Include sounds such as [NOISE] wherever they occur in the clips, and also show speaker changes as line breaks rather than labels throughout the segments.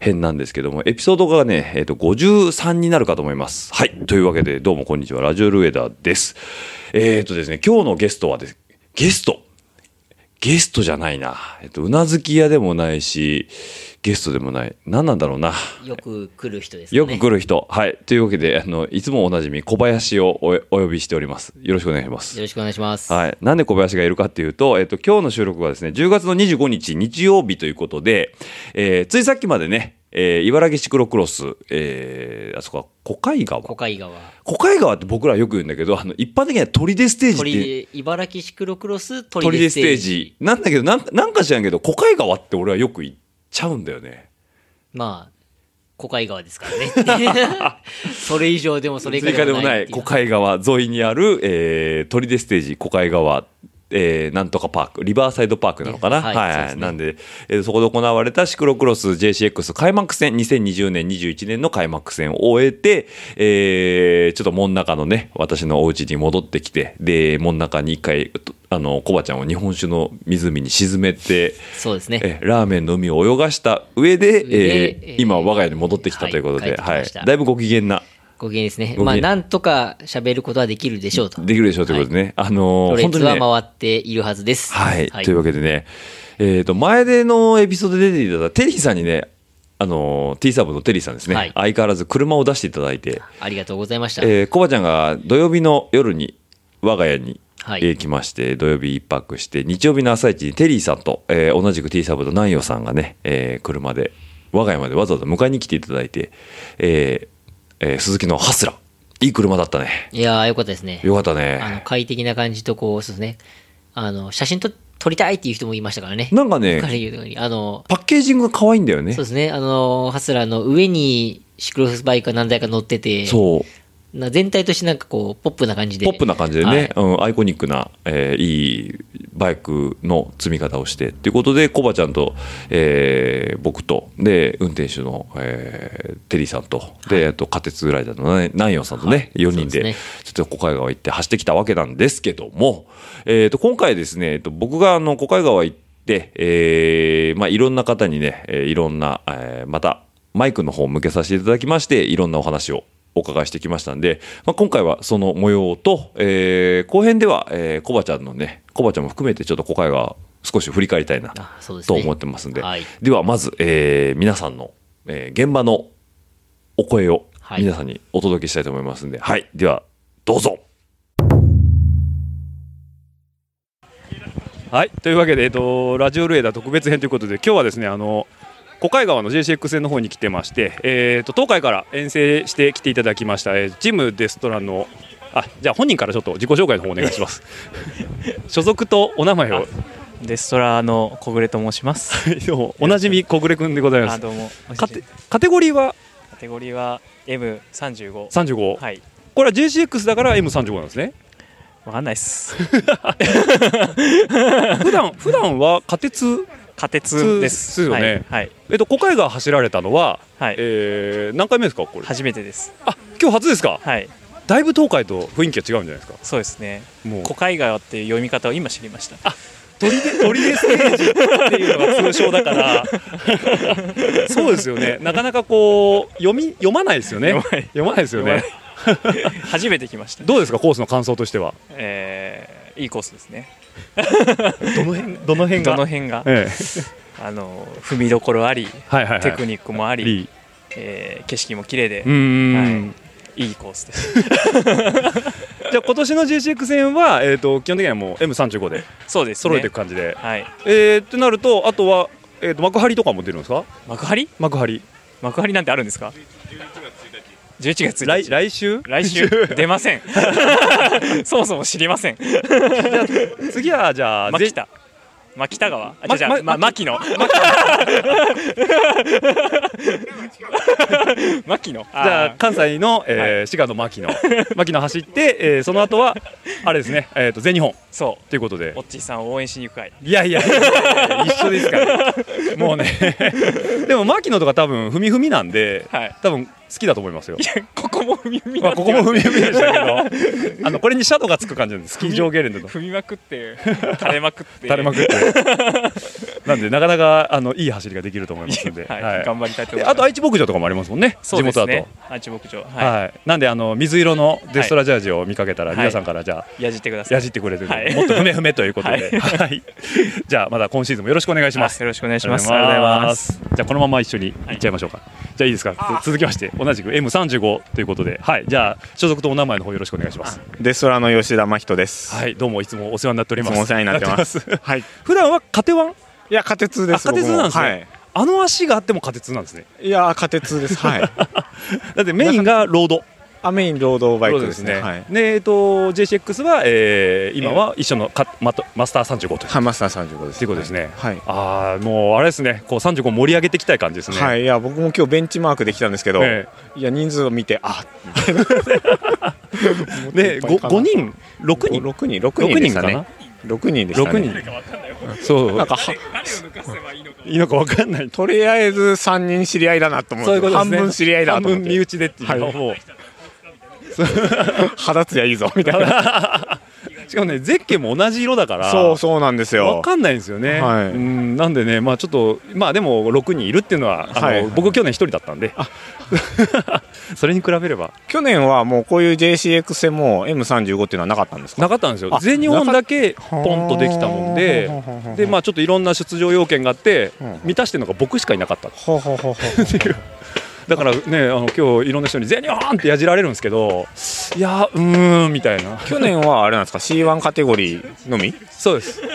編なんですけども、エピソードがね、えー、と53になるかと思います。はい、というわけで、どうもこんにちは、ラジオルエダです。えっ、とですね、今日のゲストはです、ゲストゲストじゃないな。えっ、と、うなずき屋でもないし、ゲストでもない。何なんだろうな。
よく来る人ですね。
よく来る人。はい。というわけで、あの、いつもおなじみ、小林をおお呼びしております。よろしくお願いします
よ。ろしくお願いします。
はい、なんで小林がいるかっていうと、えっと、今日の収録はですね、10月の25日日曜日ということで、えーついさっきまでね、えー茨城シクロクロス、えーあそこは小海川。
小海川。
小海川って僕らよく言うんだけど、あの、一般的には鳥でステージっていう。
鳥、茨城シクロクロス鳥
鳥
で
で
ス
ス
テ
テ
ー
ー
ジ
ジ。。なんだけど、なんなんか知らんけど、小海川って俺はよく言っちゃうんだよね。
まあ、小海川ですからね。
[LAUGHS]
それ以上でもそれ以
追
下
加
で
で
も
も
な
ない
っ
い
ていう。
小海川沿いにある、えー、鳥でステージ小海川、えーなんとかパークリバーサイドパークなのかな、
ねはいそうですね
なんで、えーそこで行われたシクロクロス JCX 開幕戦2020年21年の開幕戦を終えて、えーちょっと門中のね私のお家に戻ってきてで門中に一回あのコバちゃんを日本酒の湖に沈めて。
そうですね。
えラーメンの海を泳がした上で、
で
えー
えー
今は我が家に戻ってきたということ
はい帰っ
で、
てきました
はい、だいぶご機嫌な
ご機嫌ですね。
ご機嫌
まあ、なんとか喋ることはできるでしょうと。
できるでしょうということでね。あの
ロ
ー
レ
本
ツ
当に
は
ね。
回っているはずです。
はい、というわけでね。えっ、と、前でのエピソードで出ていただいたテリーさんにね、あのー、T サーブのテリーさんですね、
はい
相変わらず車を出していただいて、
ありがとうございました。
えー、コバちゃんが土曜日の夜に我が家に、
はい
えー来まして、土曜日一泊して、日曜日の朝一にテリーさんと、えー同じく T サーブの南陽さんがね、えー車で、我が家までわざわざ迎えに来ていただいて、えーえー鈴木のハスラー、いい車だったね。
いやー、よかったですね。
よかったね。
あの、快適な感じと、こう、そうですね。あの、写真と撮りたいっていう人もいましたからね。
なんかね
[LAUGHS] 彼が言うようにあの、
パッケージングが可愛いんだよね
そう。ですね、あのハスラーの上にシクロスバイクが何台か乗ってて、
そう。
な全体としてなんかこう、ポップな感じで。
ポップな感じでね、
はい
うん、アイコニックな、えーいいバイクの積み方をしてっていうことでコバちゃんと、えー僕とで運転手の、えーテリーさんとで、あと仮鉄ライダーのナ南陽さんとね、4人で
そうです
ちょっと小海川行って走ってきたわけなんですけども、えー、と今回ですね、えーと僕があの小海川行って、えーまあ、いろんな方にね、えーいろんな、えーまたマイクの方を向けさせていただきましていろんなお話をお伺いしてきましたんで、まあ、今回はその模様と、えー後編では、えー、コバちゃんのねコバちゃんも含めてちょっと小海川少し振り返りたいな
あそうです
と
ね
思ってますんで
はい
ではまず、えー皆さんの、えー現場のお声を
はい
皆さんにお届けしたいと思いますんで、はい、ではどうぞ。
はい、というわけで、えっと、ラジオルエダ特別編ということで、今日はですね、あの。小海川の JCX 線の方に来てまして、えー、と東海から遠征して来ていただきました、えージムデストランのあじゃあ本人からちょっと自己紹介の方お願いします
[LAUGHS]
所属とお名前を
デストラの小暮と申し
[LAUGHS]
ます。
どうもおなじみ小暮君でございま
あ
す
どうも。お久
カ
しぶりで
テ
す
カテゴリーは
カテゴリーは M35。
35、
はい。
これは JCX だから M35 なんですね
わかんないっ
[LAUGHS]
す。
普段普段は仮鉄、
仮鉄です。
普通ですよね
はい。はい
えっと、小海川走られたのは、
はい
えー何回目ですかこれ
初めてです。
あ今日初ですか
はい。
だいぶ東海と雰囲気が違うんじゃないですか
そうですね。
もう
小海川っていう読み方を今知りました。
鳥で鳥でステージっていうのが通称だから
[LAUGHS]
そうですよねなかなかこう読み読まないですよね
[LAUGHS] 読まない
ですよね
読初めて来ました。
どうですかコースの感想としては
えーいいコースですね。
[LAUGHS] どの辺どの辺
どの辺が、
ええ
あの踏みどころあり、
はいはいはい
テクニックもあり、
いい
えー景色も綺麗で
う、ーん、
はい、いいコースです。
じゃあ今年の GCX 戦は、えー、と基本的にはもう M35 で
そうです、ね。
揃えていく感じで、
はい。
えー、ってなるとあとは、えー、と幕張とかも出るんですか
幕張？
幕張
幕張なんてあるんですか11月1日
来来週
来
[LAUGHS]
週出ません [LAUGHS] そもそも知りません
次はじゃあ
牧
ぜ
田牧田川あ
ま
じゃあ
ま
牧野
牧野じ
じゃあ関西の、えー滋賀の牧野 [LAUGHS] 牧野走って、えーその後はあれですね、えー、と全日本
そ
ということで
うおっちーさんを応援しに行く会
いやいや一緒ですからもうね [LAUGHS] でも牧野とか多分踏み踏みなんで、
はい
多分好きだと思いますよ
い、やここも踏み踏み
まあ、ここも踏み
み
踏みでしたけ
[LAUGHS]
どあのこれにシャドウがつく感じなんですスキー上ゲレンデの
踏みまくって垂れまくって
垂れまくってなんでなかなかあのいい走りができると思いますので、
[LAUGHS] はい
はい
頑張りたいと思
で
います
あと愛知牧場とかもありますもんね
[LAUGHS] そうです
地元だ
ね
と。
愛知牧場は
はい、なんであの水色のデストラジャージを見かけたら、
い
皆さんからじゃあ、
いやじってください
やじってくれてる、
はい
もっとふめふめということで、はい、 [LAUGHS] じゃあまた今シーズンもよろしくお願いします。
はいよろしくお願いします
ありがとうござい
ありがとうござい
ま。
ます
じゃあこのまま一緒にいっちゃいましょうか。じゃあいいですか。つ続きまして同じく M35 ということで、はい、じゃあ所属とお名前の方よろしくお願いします。
デストラの吉田真人です。
はい、どうもいつもお世話になっており
いつ
ます。
もお世話になってます。はい。い
普段はカテワン、
や、カテツです。
あカテツ
僕も
なんですねあの足があってもカテツなんですね。
はい。いや、カテツです。はい。
[LAUGHS] だってメインがロード。
アメイン労働バイ
そ
ク
う
ですね。はい。
でえっと JCX は、えー今は一緒のカマトマスター35という。
ハマスター三十五です。
ということですね。
はい。はい
ああ、もうあれですね。こう三十五盛り上げていきたい感じですね。
はい。いや、僕も今日ベンチマークできたんですけど、
え
いや、人数を見て、あ、
[LAUGHS] えで、
もっといっ
五
ぱいかな
五人、六人、
六人、六人でしたね。六人でした
六
ね。
人。そう、なんかいいのかわかんない。
とりあえず三人知り合いだなと思って、
そういうこと
半
ですね。
分知り合いだ
半
と思
分
っ
身
て、
内でっていうのはもう。
[LAUGHS] 肌つやいいぞみたいな。
[LAUGHS] しかもね、ゼッケンも同じ色だから。
そう、そうなんですよ。
わかんないんですよね、
はい
うんなんでね、まあ、ちょっと、まあでも6人いるっていうのは、あの
はい
僕、去年1人だったんで、 [LAUGHS] それに比べれば
去年はもうこういう JCX 戦も M35 っていうのはなかったんですか
なかったんですよ
あ
全日本だけポンとできたもんで
ほうほうほうほう
でまあちょっといろんな出場要件があって
うん
満たしてるのが僕しかいなかったっ
ほうほうほうほう
ていうだからねあの今日いろんな人に「全日本!」ってやじられるんですけどいやうーんみたいな
去年はあれなんですか C1 カテゴリーのみ
そうです
[LAUGHS]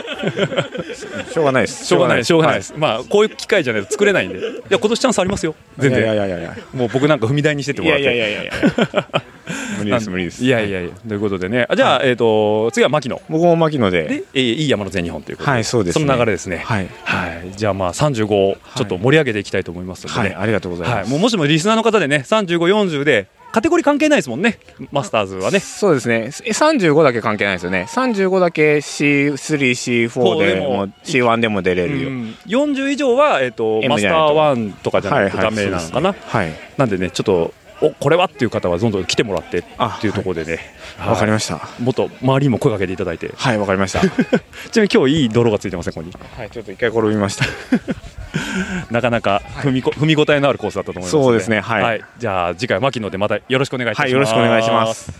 しょうがないです
しょうがないしょうがないです、まあ [LAUGHS] こういう機会じゃないと作れないんでいや今年チャンスありますよ
はい
全
い
然
やいやいやいや
もう僕なんか踏み台にしててもらって
いやいやいやいや無理です無理です
いやいやいやということでねあじゃあ、えっ、と次は牧野
僕も牧野で
で、えーいい山の全日本ということで、
はいそうですね
の流れですね
はい
はいじゃあまあ35をちょっと盛り上げていきたいと思いますので
は
ね、
いありがとうござい
は
ま
い、
す
もうもしもリスナーの方でね3540でカテゴリー関係ないですもんねマスターズはね
そうですねえ35だけ関係ないですよね35だけ C3C4 で
こ
も C1 でも出れ
う
るよ
ん40以上は、えー、と
M
マスター1とかじゃないとダメなのかな、
はい
なんでねちょっとおこれはっていう方はどんどん来てもらって
あ
っていうところでね、
わかり
ま
ました
もっと周りにも声かけていただいて
はいわかりました
[LAUGHS] ちなみに今日いい泥がついてませんここに
はいちょっと一回転びました
[LAUGHS] なかなか踏みこ、踏み応えのあるコースだったと思いますの
そうですねはい
じゃあ次回は牧野でまたよろしくお願いいたします。
はいよろしくお願いします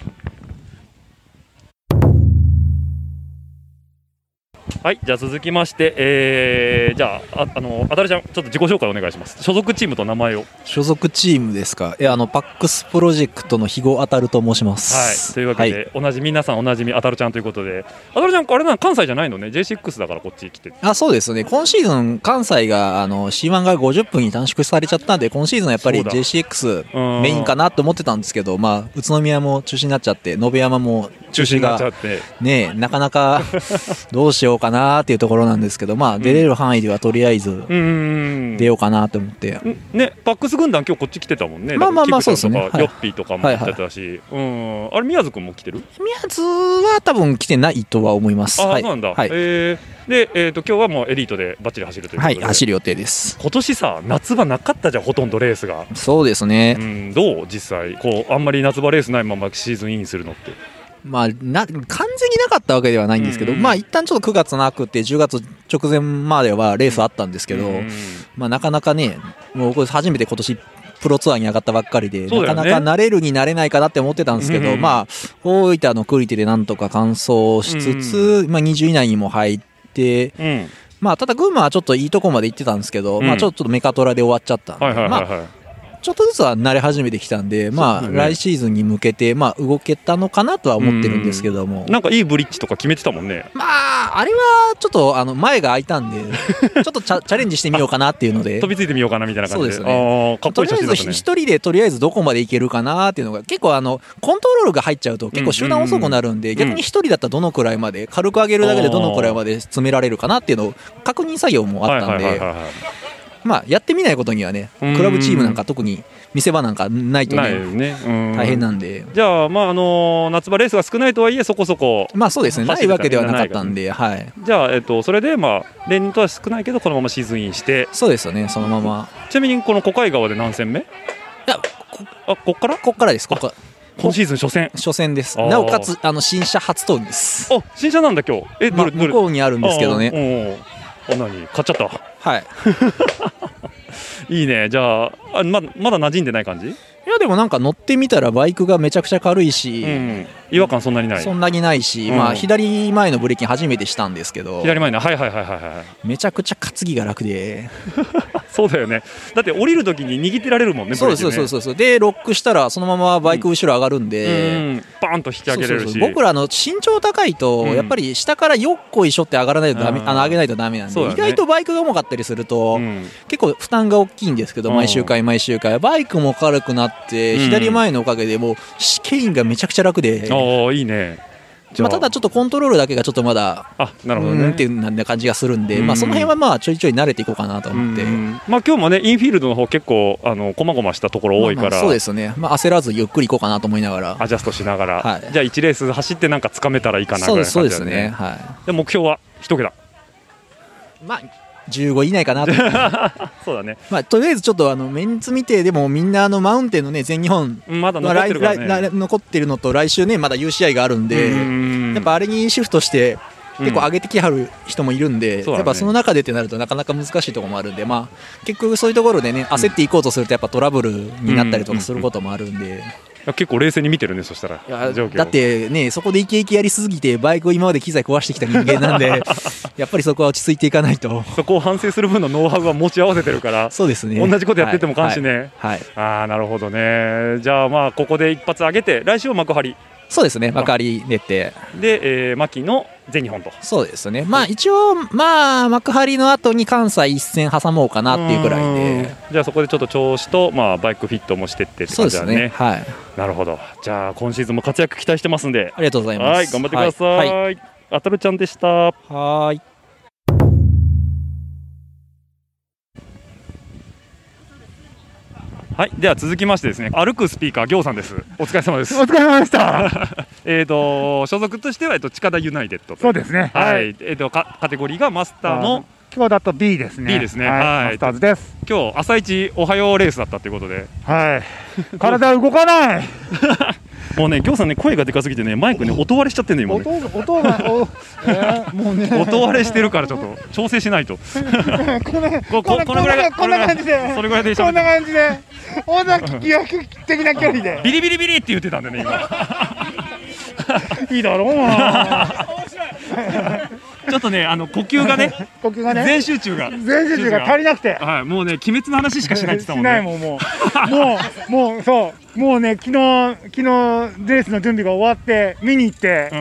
はいじゃあ続きまして、えー、じゃあああのあたるちゃんちょっと自己紹介お願いします。所属チームと名前をはい
所属チームですかいやあのパックスプロジェクトの肥後あたると申します
というわけで、
はい
同じ皆さんおなじみあたるちゃんということであたるちゃんあれなの関西じゃないのね J6 だからこっち来て
あそうですね今シーズン関西があの C1 が50分に短縮されちゃったんで今シーズンやっぱり
そうだ
JCX
うん
メインかなと思ってたんですけど、まあ、宇都宮も中止になっちゃって延山も中
中止
止
になっちゃ
が
って
ねえなかなか [LAUGHS] どうしようかなっていうところなんですけど、まあ、出れる範囲ではとりあえず
うーん
出ようかなと思って、
ね、パックス軍団今日こっち来てたもんね。
まあまあまあ
だからキクちゃんとか
そうですねはい
ヨッピーとかも来てたし、うん、あれ宮津君も来てる。
宮津は多分来てないとは思います
あ、
はい
そうなんだ。
はい
えーで、えっ、と今日はもうエリートでバッチリ走るということ
は
で。
い、走る予定です
今年さ、夏場なかったじゃん、ほとんどレースが。
そうですね
うん、どう実際こうあんまり夏場レースないままシーズンインするのって
まあ、な完全になかったわけではないんですけど、
うんうん
まあ一旦ちょっと9月なくて10月直前まではレースあったんですけど、
うん
まあ、なかなかねもうこれ初めて今年プロツアーに上がったばっかりで、
そうだ
な
よね
かなか慣れるになれないかなって思ってたんですけど、
うんうん
まあ大分のクリテでなんとか完走しつつ、まあ、20以内にも入って、
うん、
まあ、ただ群馬はちょっといいとこまで行ってたんですけど、
うん
まあ、ちょっとメカトラで終わっちゃったんで、
はいはい
ま
は
あ
いはい、
ちょっとずつは慣れ始めてきたんで、まあ、
そうだね
来シーズンに向けて、まあ、動けたのかなとは思ってるんですけども、
なんかいいブリッジとか決めてたもんね
まあ、あれはちょっとあの前が空い
[LAUGHS]
たんで、ちょっとチャチャレンジしてみようかなっていうので
飛、びついてみようかなみたいな感じで
そうですね
あーかっこいい写
とりあ
真
え
だ
ず
ったね
一人でとりあえずどこまでいけるかなっていうのが、結構あの、コントロールが入っちゃうと、結構集団遅くなるんで、
んうんうん
逆に一人だったらどのくらいまで、軽く上げるだけでどのくらいまで詰められるかなっていうのを確認作業もあったん
はいはい
で
は、いはいはい
まあ、やってみないことにはねクラブチームなんか特に見せ場なんかないと
ないよ
ね
ね。
大変
ん
なんで
じゃあ、まああのー夏場レースが少ないとはいえそこそこ、
まあそうですねな
走
い
る
わ
ために
けで
は
はなかったんではい
じゃあ、えっと、それで、まあ、例年とは少ないけどこのままシーズンインして
そうですよねそのまま
ちなみにこの小海川で何戦目
や
あこっから
ここからですここ
今シーズン初戦
初戦です
あー
なおかつあの新車初投入です
あ新車なんだ今日え
ま
ど
あ
れど
向
れ
こうにあるんですけどね
ねあおうおうあ何買っちゃった
はい
[LAUGHS] いいねじゃああままだ馴染んでない感じ、
いやでもなんか乗ってみたらバイクがめちゃくちゃ軽いし、
うん、違和感そんなにない
そんなにないし、
うん
まあ、左前のブレーキ初めてしたんですけど
左前のはいはいはいはい [LAUGHS] はい
めちゃくちゃ担ぎが楽で
そうだよねだって降りるときに握ってられるもんね
そうですそうです
う
そうですでロックしたらそのままバイク後ろ上がるんで、
んバーンと引き
そ
上
う
げ
そ
れ
う
る
そう
し
僕らあの身長高いと
うん
やっぱり下からよっこいしょって上がらないとダメ、
うん
あの上げないとダメなんで、
そうだ
意
ね
外とバイクが重かったりすると、
うん
結構負担が大きいんですけど
うん
毎周回毎周回バイクも軽くなっ
う
て、
ん
左前のおかげでもう試験がめちゃくちゃ楽で、
ああいいねじゃ
まあ、ただちょっとコントロールだけがちょっとまだ
あなるほど
う
ね
んっていうな感じがするんで、
うん
まあ、その辺はまあちょいちょい慣れていこうかなと
うん
思って、
まあ今日もねインフィールドの方結構あのこまごましたところ多いから、
まあまあそうですね、まあ、焦らずゆっくりいこうかなと思いながら
アジャストしながら、
はい
じゃあ1レース走ってなんかつかめたらいいかなぐ
そう
ら
で
い
す
の感
そうで
じだ
す
よ
ね
ね
は
で目標は一桁
いまあ15以内かなと、
[LAUGHS] そうだね
まあ、とりあえずちょっとあのメンツ見てでもみんなあのマウンテンのね全日本
うんまだ
まあ
残って
来
るからね、
来来残ってるのと来週ねまだ UCI があるんで、
うん
やっぱあれにシフトして結構
うん
上げてきはる人もいるん
そ
で、
うだね
やっぱその中でってなるとなかなか難しいところもあるんで、まあ、結局そういうところでね焦っていこうとするとやっぱトラブルになったりとかすることもあるんで、
いや結構冷静に見てるねそしたら状況を
だってねそこでイケイケやりすぎてバイクを今まで機材壊してきた人間なん
[LAUGHS]
でやっぱりそこは落ち着いていかないと
そこを反省する分のノウハウは持ち合わせてるから
そうですね
同じことやってても関心ね
はい、はいはい
ああなるほどねじゃあまあここで一発上げて来週は幕張
そうですね幕張出て
で、えー、牧の全日本と
そうですねまあ一応まあ幕張の後に関西一戦挟もうかなっていうくらいで
うんじゃあそこでちょっと調子と、まあ、バイクフィットもしてってって
そう
感
で
じだ
す
ね
ねはい
なるほどじゃあ今シーズンも活躍期待してますんで
ありがとうございます
はい頑張ってください、
は
あたるちゃんでした
はいはい
はい、では続きましてですね、歩くスピーカー、行さんです。お疲れ様です。
お疲れ様でした。
[LAUGHS] えっと、所属としては、えっと、近田ユナイテッドとい。
そうですね。。
はいい、えっと、か、カテゴリーがマスターの、
今日だと B ですね。
B ですねは
はいい。マスターズです。
今日朝一おはようレースだったということで。
はい。体動かない。
[LAUGHS] もうね、行さんね、声がでかすぎてね、マイクね、音割れしちゃってんね、今ね。
音音がお、えー、もうね。
音割れしてるから、ちょっと調整しないと。
[LAUGHS] こんな
こここ
こ
の
ん
ぐらいが
なこんな感じで。
それぐらいでしょ
こんな感じで。尾崎記憶的な距離で。
ビリビリビリって言ってたんでね、今。
いいだろうな。
ちょっとね、あの呼吸がね、
呼吸がね。
全集中が。
全集中が足りなくて。
はい、もうね、鬼滅の話しかしないって言ってたも
し
ん
な
ね。
いもんもうもうもうそうもうね昨日昨日レースの準備が終わって見に行って、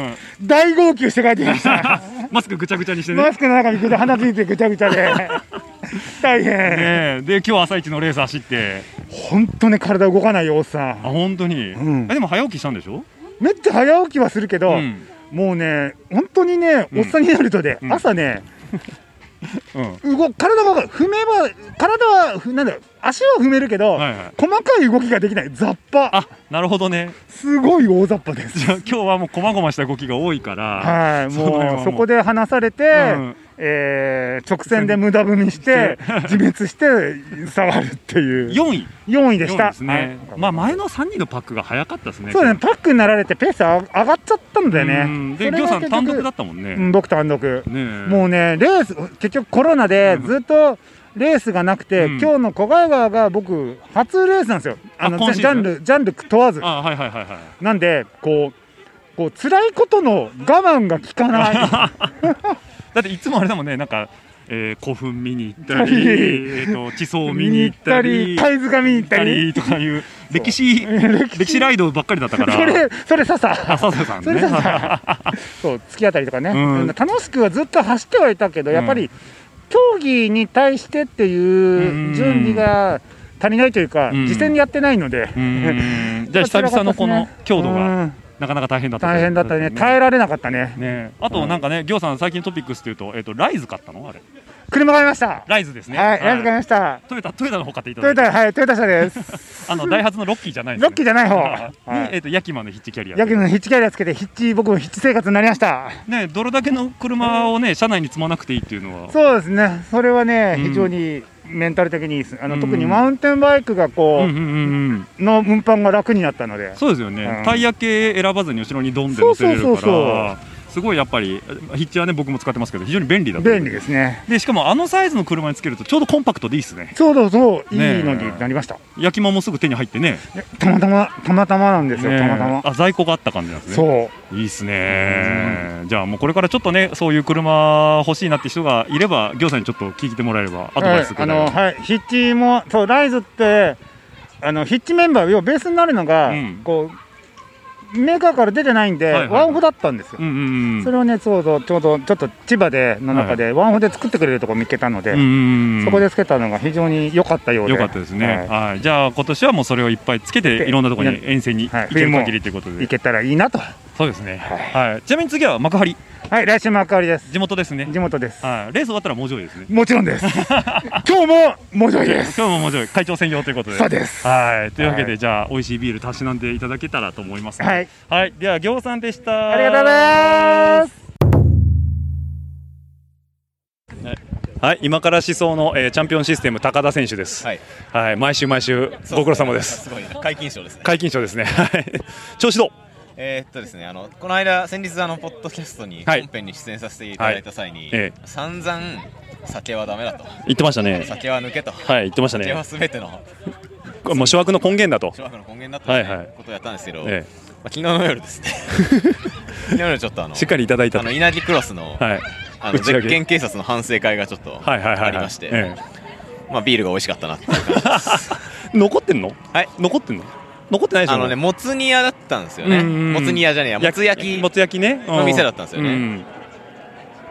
大号泣して帰ってきま
[LAUGHS]
した。
うん、マスクぐちゃぐちゃにしてね。
マスクの中に鼻ついてぐちゃぐち
[LAUGHS]
ゃで大変
ねえで今日朝一のレース走って
本当ね体動かないよおっさ
あ
ん
本当に、
うん
えでも早起きしたんでしょ、
めっちゃ早起きはするけど、
うん
もうね本当にね
ん
おっさんになるとで、
ん
朝ね
うん、
動体が動かない踏めば体はふなんだろう足は踏めるけど、
はいはい
細かい動きができない雑把
あなるほどね
すごい大雑把です
[LAUGHS] じゃあ今日はもうこまごました動きが多いから
はい、
その辺は
も
もう
うそこで離されて、
うん
えー直線で無駄踏みして、自滅して触るっていう、
4位
4位でし
4位
た。
ですね、
はい
まあ前の3人のパックが早かったですね
そうだね、パックになられて、ペースあ上がっちゃったんだよ
うん
ね。
で
それ
ギョ
が
さん単
結
独
局
だったもんね、
うん、僕単独。
ねえ
もうね、レース、結局コロナでずっとレースがなくて、
うん
今日の小貝川が僕、初レースなんですよ。あの
あ今シ
ジ
ー
ャ
ズン
ンル、ジャンル問わず。
あはいはいはいはい
なんで、こう、こう辛いことの我慢が効かない。
だっていつもあれだもんねなんか、えー古墳見に行ったり
行ったり
えーと地層見に行ったり
貝塚見に行ったり。
とかいう歴史
[LAUGHS]
歴史ライドばっかりだったから
それ、それさ
あ
さ。
笹さん
そ
ね
れささ。そう、突き当たりとかね。
うん
楽しくはずっと走ってはいたけど、やっぱり。競技に対してって
うん
いう準備が足りないというか、
うん
事前にやってないので。
[LAUGHS] うーんじゃあ久々のこの強度が
うん
なかなか大変だったと
大変だったね。耐えられなかったね。
ねあとなんかね、ぎょうさん最近トピックスっていうと、えっとライズ買ったのあれ。
車買いました。
ライズですね。
はい、ライズ買いました。
トヨタ、トヨタの方買っていた
ト
だいて。
ヨタ、はい、トヨタ車です。
あの、ダイハツのロッキーじゃないんです
ロ
ね
ッキーじゃない方。
ああ
は
にえ
い
っと、ヤキマのヒッチキャリア。
ヤキのヒッチキャリアつけて、ヒッチ、僕もヒッチ生活になりました。
ね、どれだけの車をね、車内に積まなくていいっていうのは。
そうですね、それはね、
うん
非常にメンタル的にいいです。あ
う
の、
ん
特にマウンテンバイクが
う
こ
んうんうんうん。
う、の運搬が楽になったので。
そうですよね、
うん
タイヤ系選ばずに後ろにドンで乗せれるから
そうそうそう
すごいやっぱりヒッチはね僕も使ってますけど非常に便利だと
便利ですね。
でしかもあのサイズの車につけるとちょうどコンパクトでいいですね
ちょうどそう、いい
ねえ
のになりました。
焼きまもすぐ手に入ってね
たまたま、たまたまなんですよ、
ね
たまたま。
あ在庫があった感じなんですね
そう。
いいですねじゃあもうこれからちょっとねそういう車欲しいなって人がいれば行さんにちょっと聞いてもらえればアドバイスく
はい、あ
れれば、
の、はい、ヒッチも、そう、ライズって。あの、ヒッチメンバー、要はベースになるのが、
うん
こう。メーカーから出てないんで、
はいはいはい
ワンオフだったんですよ。
うんうんうん
それをね、ちょうど、ちょうど、ちょっと千葉で、の中で、ワンオフで作ってくれるとこ見つけたので。
うんうんうん
そこでつけたのが非常に良かったようで。
よかったですね、
は
はいじゃあ今年はもうそれをいっぱいつけていろんなところに遠征に
はい
行ける限りということ
い。
で、
行けたらいいなと。
そうですね、はいちなみに次は幕張
はい、来週幕張です。
地元ですね
地元です。
はいレース終わったらもう上位ですね
もちろ
[LAUGHS]
んです。今日も、もちろんです。
今日ももう上位会長専用ということで
そうです。
はいというわけで、
はい
じゃあ美味しいビールたしなんでいただけたらと思います、
はい、
はい、では行さんでした
ありがとうございます。
はい今から思想の、えーチャンピオンシステム高田選手です
はい、
はい、毎週毎週ご苦労様です
すごいね、解禁賞ですね。
解禁賞ですね [LAUGHS] はい調子どう
えーっとですね、あのこの間先日あのポッドキャストに
はい
本編に出演させていただいた際に、
ええ
散々酒はダメだと、
言ってましたね
酒は抜けと、
はい言ってました
酒は
ね
すべての
これもう諸悪の根源だと
諸悪の根源だと、ね
はいはい
ことをやったんですけど、
え
まあ、昨日の
[LAUGHS]
夜ですね。昨日の夜ちょっとあの
しっかりいただいた
あ
と
の
はい
稲城クロスの、
はい
あ
打
の
ち上げ
絶景警察の反省会がちょっと
はいはいはい
ありまして、
え
まあビールが美味しかったなっていう感じです
え [LAUGHS] 残ってんの
はい。
残ってんの残ってないでしょ
あのね、もつ煮屋だったんですよね。
うんうんうん
もつ煮屋じゃねえや、もつ焼き。
もつ焼きね
の店だったんですよね
うん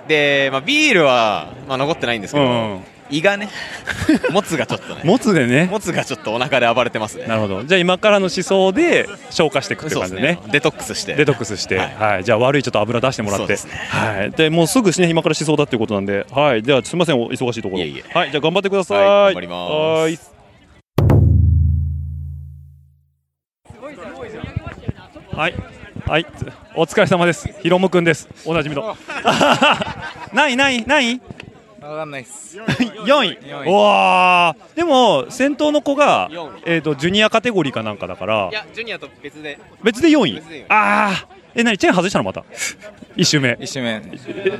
で、まあ、ビールは、まあ、残ってないんですけど、
うん
胃がね [LAUGHS] もつがちょっとね
もつでね
もつがちょっとお腹で暴れてますね
なるほどじゃあ今からの思想で消化していくって
そう
感
です
じ
ね
でね
デトックスして
デトックスして、は
はいい
じゃあ悪いちょっと油出してもらっ
そ
て
うですね
はい、でもうすぐしね今からしそうだっていうことなんで、はい、ではすみませんお忙しいところ
いえいえ
はい、じゃあ頑張ってください、
はい頑張ります
はいはいはい、お疲れ様です。ひろむくんです。おなじみ
[LAUGHS]
の。ないないない。
分かんないっす
四位。
四位
うわあ。でも先頭の子がえっ、とジュニアカテゴリーかなんかだから。
やジュニアと別で
別で4位
別で四位
ああえ何チェーン外したのまた [LAUGHS] 一周目
一周目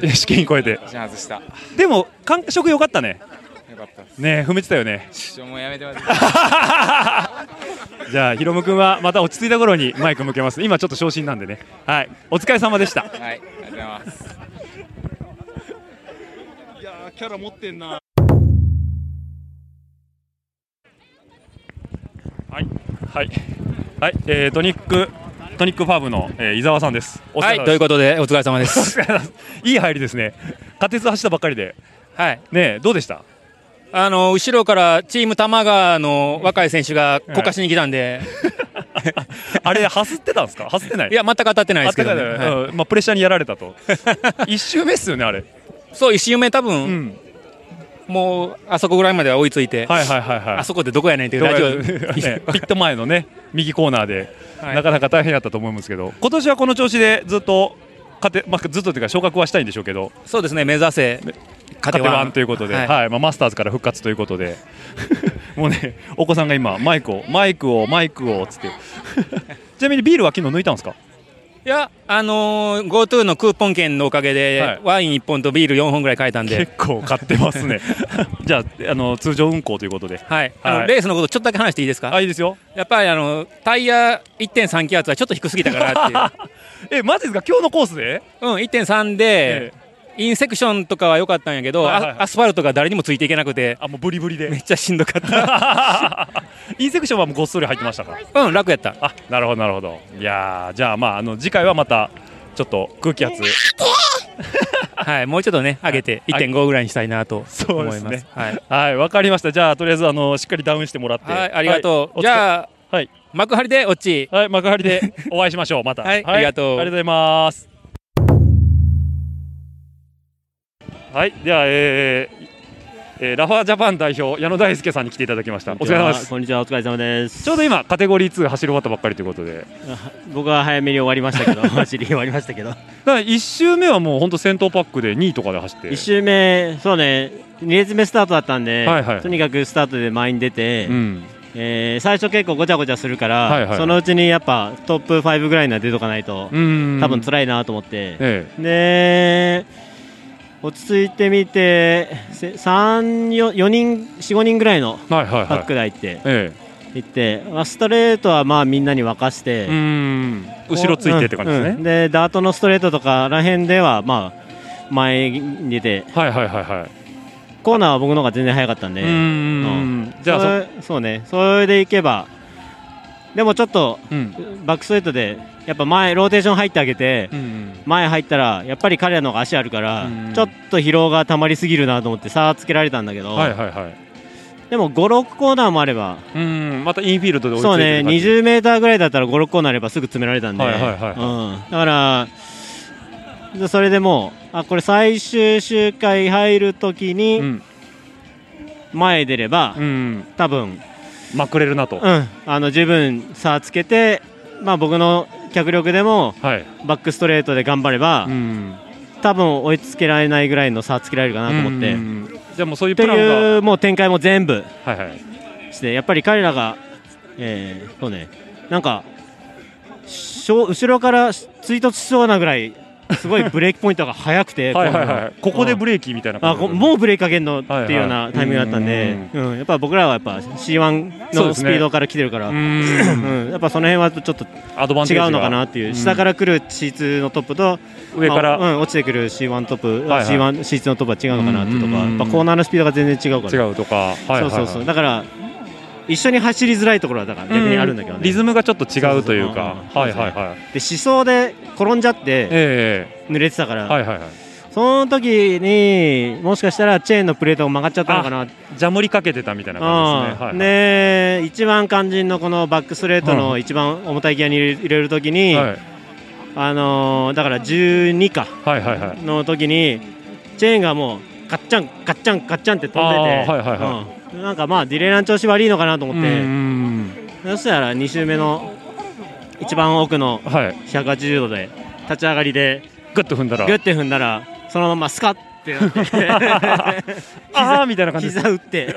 え試験超えて
じゃ外したよ
でも感触良かったね
かったっ
ねえ踏めてたよね
すもうやめ
[LAUGHS]
てます
じゃあひろむくんはまた落ち着いた頃にマイク向けます今ちょっと昇進なんでねはいお疲れ様でしたはいありがとうございますいやキャラ持ってんなはいはいはいえー、トニックトニックファームの、えー伊沢さんですお疲
はい、
れ様でした
ということで、お疲れ様
[LAUGHS]
です。
いい入りですね。仮鉄走ったばっかりで。
はい、
ねえ、どうでした。
あの後ろからチーム玉川の若い選手がこかしに来たんで、
[LAUGHS] あれ、走ってたんですか。走ってない。
いや、全く当たってない
あ
で
っ
すけ
たか
ど
い
ね、
だ
はい
ろううんまあ、プレッシャーにやられたと。一周目っすよね、あれ。
そう、一周目、多分、
ん
もうあそこぐらいまでは追いついて、
はいはいはいはい。
あそこでどこやねんっていうラジオ、 [LAUGHS]
ねピット前のね、右コーナーで、
はい
なかなか大変だったと思いますけど、今年はこの調子でずっと。勝て、まあ、ずっとというか、昇格はしたいんでしょうけど、
そうですね、目指せ、
勝てワンということで、はい、
は
まあ、マスターズから復活ということで。 [LAUGHS] もうね、お子さんが今、マイクを、マイクを、マイクをつって。 [LAUGHS] ちなみに、ビールは昨日抜いたんですか。
い、いや、あのー、GoTo のクーポン券のおかげで、
はい
ワイン1本とビール4本ぐらい買えたんで
結。構買ってます
[LAUGHS]
ねじゃああの通常運行ということで
はい、あ
は
の
い
レースのことちょっとだけ話していいですか、
あいいですよ
やっぱりあのタイヤ1.3気圧はちょっと低すぎたかなっていう、
[LAUGHS] えマジですか今日のコースで
うん、1.3で、インセクションとかは良かったんやけど、
はいはいはい
あアスファルトが誰にもついていけなくて、
あもうブリブリ
め
で
っちゃしんどかった。
インセクションはもうごっそり入ってましたか
うん、楽やった。
あなるほどなるほどいやーじゃあまああの次回はまたちょっと空気圧
[LAUGHS] はい、もうちょっとね、上げて
はい
1.5ぐらいにしたいなと
そう
思
で
い
す
ま
ね
す。はい、
はいわかりましたじゃあとりあえずあのしっかりダウンしてもらって
はい、ありがとう。
はい
じゃあ、
はい
幕張でオッチ
お。疲れはい幕張でお会いしましょうま
[LAUGHS]
た
はいありがとう
ありがとうございますはいではえー
えーラファージャパン代表矢野大輔さんに来ていただきましたお疲れ様です
こんにちは、お疲れ様です。
ちょうど今カテゴリー2走り終わったばっかりということで
僕は早めに終わりましたけど、走り終わりましたけど。
だから1周目はもう本当先頭パックで2位とかで走って
1周目、そうね、2列目スタートだったんで、
はいはい
とにかくスタートで前に出て、
うん
えー最初結構ごちゃごちゃするから、
はいはい
そのうちにやっぱトップ5ぐらいには出とかないと、
うん
多分辛いなと思って、
え
で落ち着いてみて、せ3、4, 4人、4、5人ぐらいのパ
はいはい
ックで入って、
え
行って、まあストレートはまあみんなに任せて、
うん後ろついてって感じですね、
うんうんでダートのストレートとからへんではまあ前に出て
はいはいはいはい
コーナーは僕の方が全然早かったんで
うん
うん
じゃあ
それそうねそれでいけばでもちょっと、バックストレートでやっぱ前ローテーション入ってあげて、前入ったらやっぱり彼らの方が足あるから、ちょっと疲労がたまりすぎるなと思って差つけられたんだけど、
はいはいはい
でも56コーナーもあれば
うんまたインフィールドで追いつい
そう
て
ね、
る感じ
20メーターぐらいだったら5、6個になればすぐ詰められたんで、
はいはいはい
うん、だからで、それでもう、あこれ、最終周回入るときに、前へ出れば、多分
まくれるなと、
うん、あの十分差つけて、まあ、僕の脚力でも、バックストレートで頑張れば、多分追いつけられないぐらいの差つけられるかなと思って。
じゃあもうそういう
と
プランが
いうもう展開も全部
はいはい
してやっぱり彼らが、えーそうねなんかしょ後ろから追突しそうなぐらいすごいブレーキポイントが速くて
[LAUGHS] はいはいはいここでブレーキみたいな
あこもうブレーキかけんのっていうようなタイミングだったんで、うんやっぱ僕らはやっぱ C1
そうで
の
す
ス
ね
ピードから来てるから、うんやっぱその辺はちょっと
アドバンテージ
違
が
うのかなっていう、
うん
下から来る C2 のトップと
上から
まあうん、落ちてくる C1 トップ、
はいはい
C1、C2 のトップは違うのかなっていうとか、やっぱコーナーのスピードが全然違うから
違うとか、はいはいはい
そうそうそうだから一緒に走りづらいところはだから逆にあるんだけどね、
リズムがちょっと違うというかはいはいはい
で思想で転んじゃって
え
濡れてたから、
はいはいはい
その時にもしかしたらチェーンのプレートを曲がっちゃったのかな
ジャムりかけてたみたいな感じですね、はいはい
で一番肝心のこのバックストレート
う
の一番重たいギアに入れ入れるときに、
はい
あのーだから12か
はいはい
の時にチェーンがもうガッチャンガッチャンガッチャンって飛んでて、
あーはいはいは
うんなんかまあディレイラン調子悪いのかなと思って
うん
そしたら2周目の一番奥の180度で立ち上がりで
グッと踏んだら
グッて踏んだらそのままスカッってなって
[LAUGHS] あーみたいな感じです
膝打
[LAUGHS]
って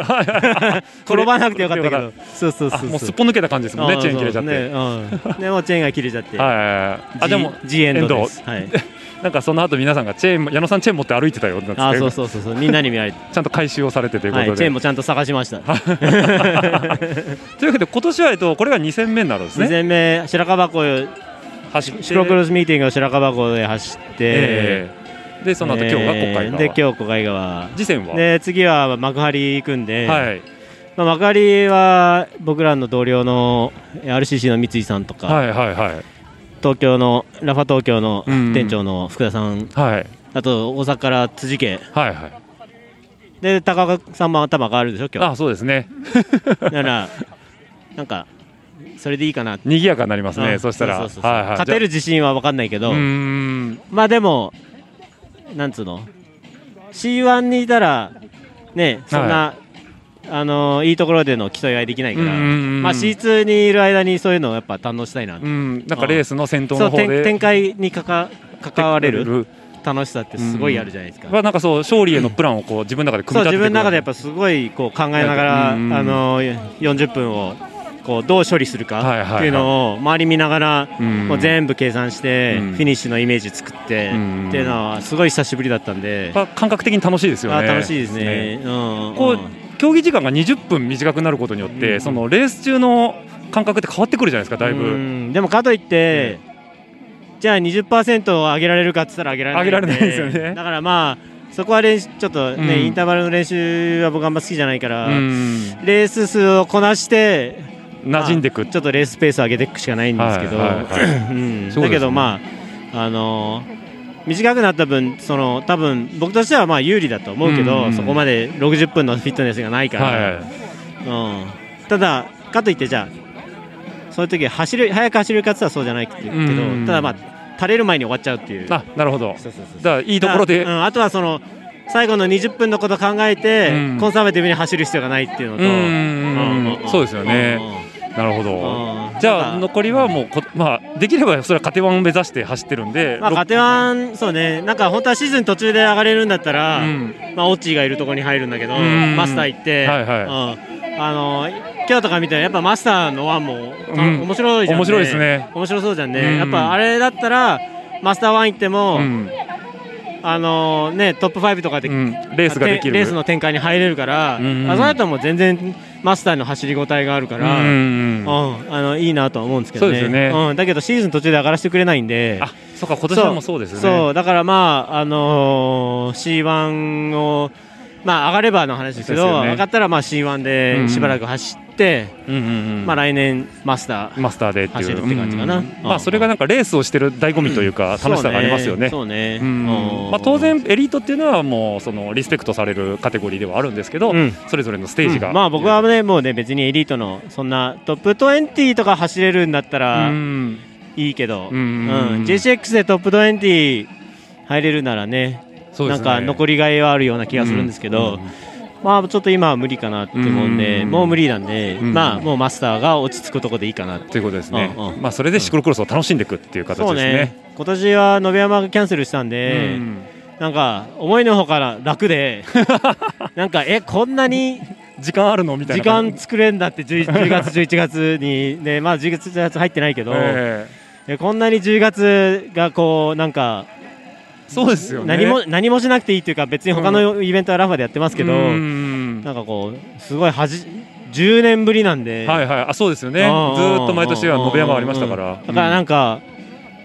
転ばなくてよかったけどそうそうそう
あもうすっぽ抜けた感じですもんね
あ
チェーン切れちゃって
そうねうんでもうチェーンが切れちゃって
はいはいはいあでも
G エンドです
はい、 [LAUGHS] なんかその後皆さんがチェーン矢野さんチェーン持って歩いてたよなんつって
あそうそうそうそうみんなに見られて
[LAUGHS] ちゃんと回収をされてということで、
はいチェーンもちゃんと探しました
[LAUGHS] というわけで今年はえっとこれが2戦目になるんですね
2戦目白樺湖よ
走って
白クロスミーティングを白樺湖で走って、
ええでその後今日が国会
え
川
ーで今日国会川
次戦は
で次は幕張行くんで、
はい
まあ、幕張は僕らの同僚のえー RCC の三井さんとか、
はいはいはい
東京のラファ東京の
うん
店長の福田さん、あと大阪から辻家、
はいはい、
で高岡さんも頭があるでしょ今日
あそうですね
だ
[LAUGHS]
からなんかそれでいいかな
賑やかになりますね
うん
そしたら
ううそう
はいはい
勝てる自信は分かんないけど
うーん
まあでもなんつうの C1 にいたらねそんな、あのいいところでの競い合いできないから、
うんうんうん
まあ、C2 にいる間にそういうのをやっぱ堪能したいな、
うんなんかレースの先頭の方
そう
で
展展開にかか関われ
関わ
る楽しさってすごいあるじゃないですか、
まあなんかそう勝利へのプランをこう自分の中で組
そう
み立て
自
て
分の中でやっ
ぱ
ぱすごいこう考えながら、
うんうん
あの40分をこうどう処理する
はいはいは
か
い
っていうのを周り見ながら、
うん
もう全部計算して、
うん
フィニッシュのイメージ作って、
うん
っていうのはすごい久しぶりだったんで、
感覚的に楽しいですよね
あ楽しいですねうん
こう競技時間が20分短くなることによって、そのレース中の感覚って変わってくるじゃないですかだいぶ、
うんでもかといって、じゃあ20%を上げられるかって言ったら上げられない
上
ん
げられないですよね
だからまあそこは練習ちょっとね、
うん
インターバルの練習は僕あんま好きじゃないから、
うん
レース数をこなして
馴染んでいく、
ちょっとレースペースを上げていくしかないんですけど、
はいはいはい
う
そう
ん
ですね
だけどまああの短くなった分その多分僕としてはまあ有利だと思うけど、
うん
そこまで60分のフィットネスがないから、
はい
うん、ただかといってじゃあそういう時走る早く走るかつはそうじゃないけど、
うん
ただまあ垂れる前に終わっちゃうっていう
あなるほど
そうそうそ
だ
う
からいいところで
だうんあとはその最後の20分のこと考えて、
うん
コンサバティブに走る必要がないっていうのと、
うんうんうんそうですよね。なるほど。じゃあ残りはもうこまあできればそれはカテワンを目指して走ってるんで、
まあ、カテワン、そうね、なんか本当はシーズン途中で上がれるんだったら、まあ、オッチーがいるところに入るんだけど、
うん
マスター行って、
はいはい
うんあの今日とか見たら、やっぱマスターのワンも、
うん
面白いじゃんね、
面白いですね
面白そうじゃんね、
うん
やっぱあれだったら、マスターワン行っても、あのね、トップ5とかで、
レースができる
レースの展開に入れるから、
うん
あそうやったらもう全然マスターの走りごたえがあるから、
うん
うんあのいいなとは思うんですけど
そ
ね
うですよね
うん、だけどシーズン途中で上がらせてくれないんであ
そうか今年はもうそうですね
そうだからまあ、あのー C1 を、まあ、上がればの話ですけど
そうですよね
上がったらまあ C1 でしばらく走って、まあ、来年マスター
マスターでっていう
走るって感じかな。
うんまあそれがなんかレースをしてる醍醐味というか楽しさがありますよね。
そうね
うんまあ、当然エリートっていうのはもうそのリスペクトされるカテゴリーではあるんですけど、
うん
それぞれのステージが、
うんまあ僕はねもうね別にエリートのそんなトップ20とか走れるんだったら
うん
いいけど、うん
ん
JCX でトップ20入れるならね
そうで
な
す
ん
ね
か残りがいはあるような気がするんですけど、まあちょっと今は無理かなって思うんで、もう無理なんで、
ん
まあもうマスターが落ち着くとこでいいかな
ということですね、
うんうん
まあ、それでシクロクロスを楽しんでいくっていう形です
そう
ね。
ね今年は延山がキャンセルしたんで、
うん
なんか思いのほか
[LAUGHS]
楽でなんかえこんなに
時間あるのみたいな
時間作れんだって10
[LAUGHS]
10月11月にでまあ10月11月入ってないけど、
え
えこんなに10月がこうなんか
そうですよね
何も何もしなくていいというか別に他のイベントはラファでやってますけど、
うん
なんかこうすごい恥じ10年ぶりなんで、
はいはいあそうですよね
うん
ずーっと毎年は延山ありましたから
うんだからなんか、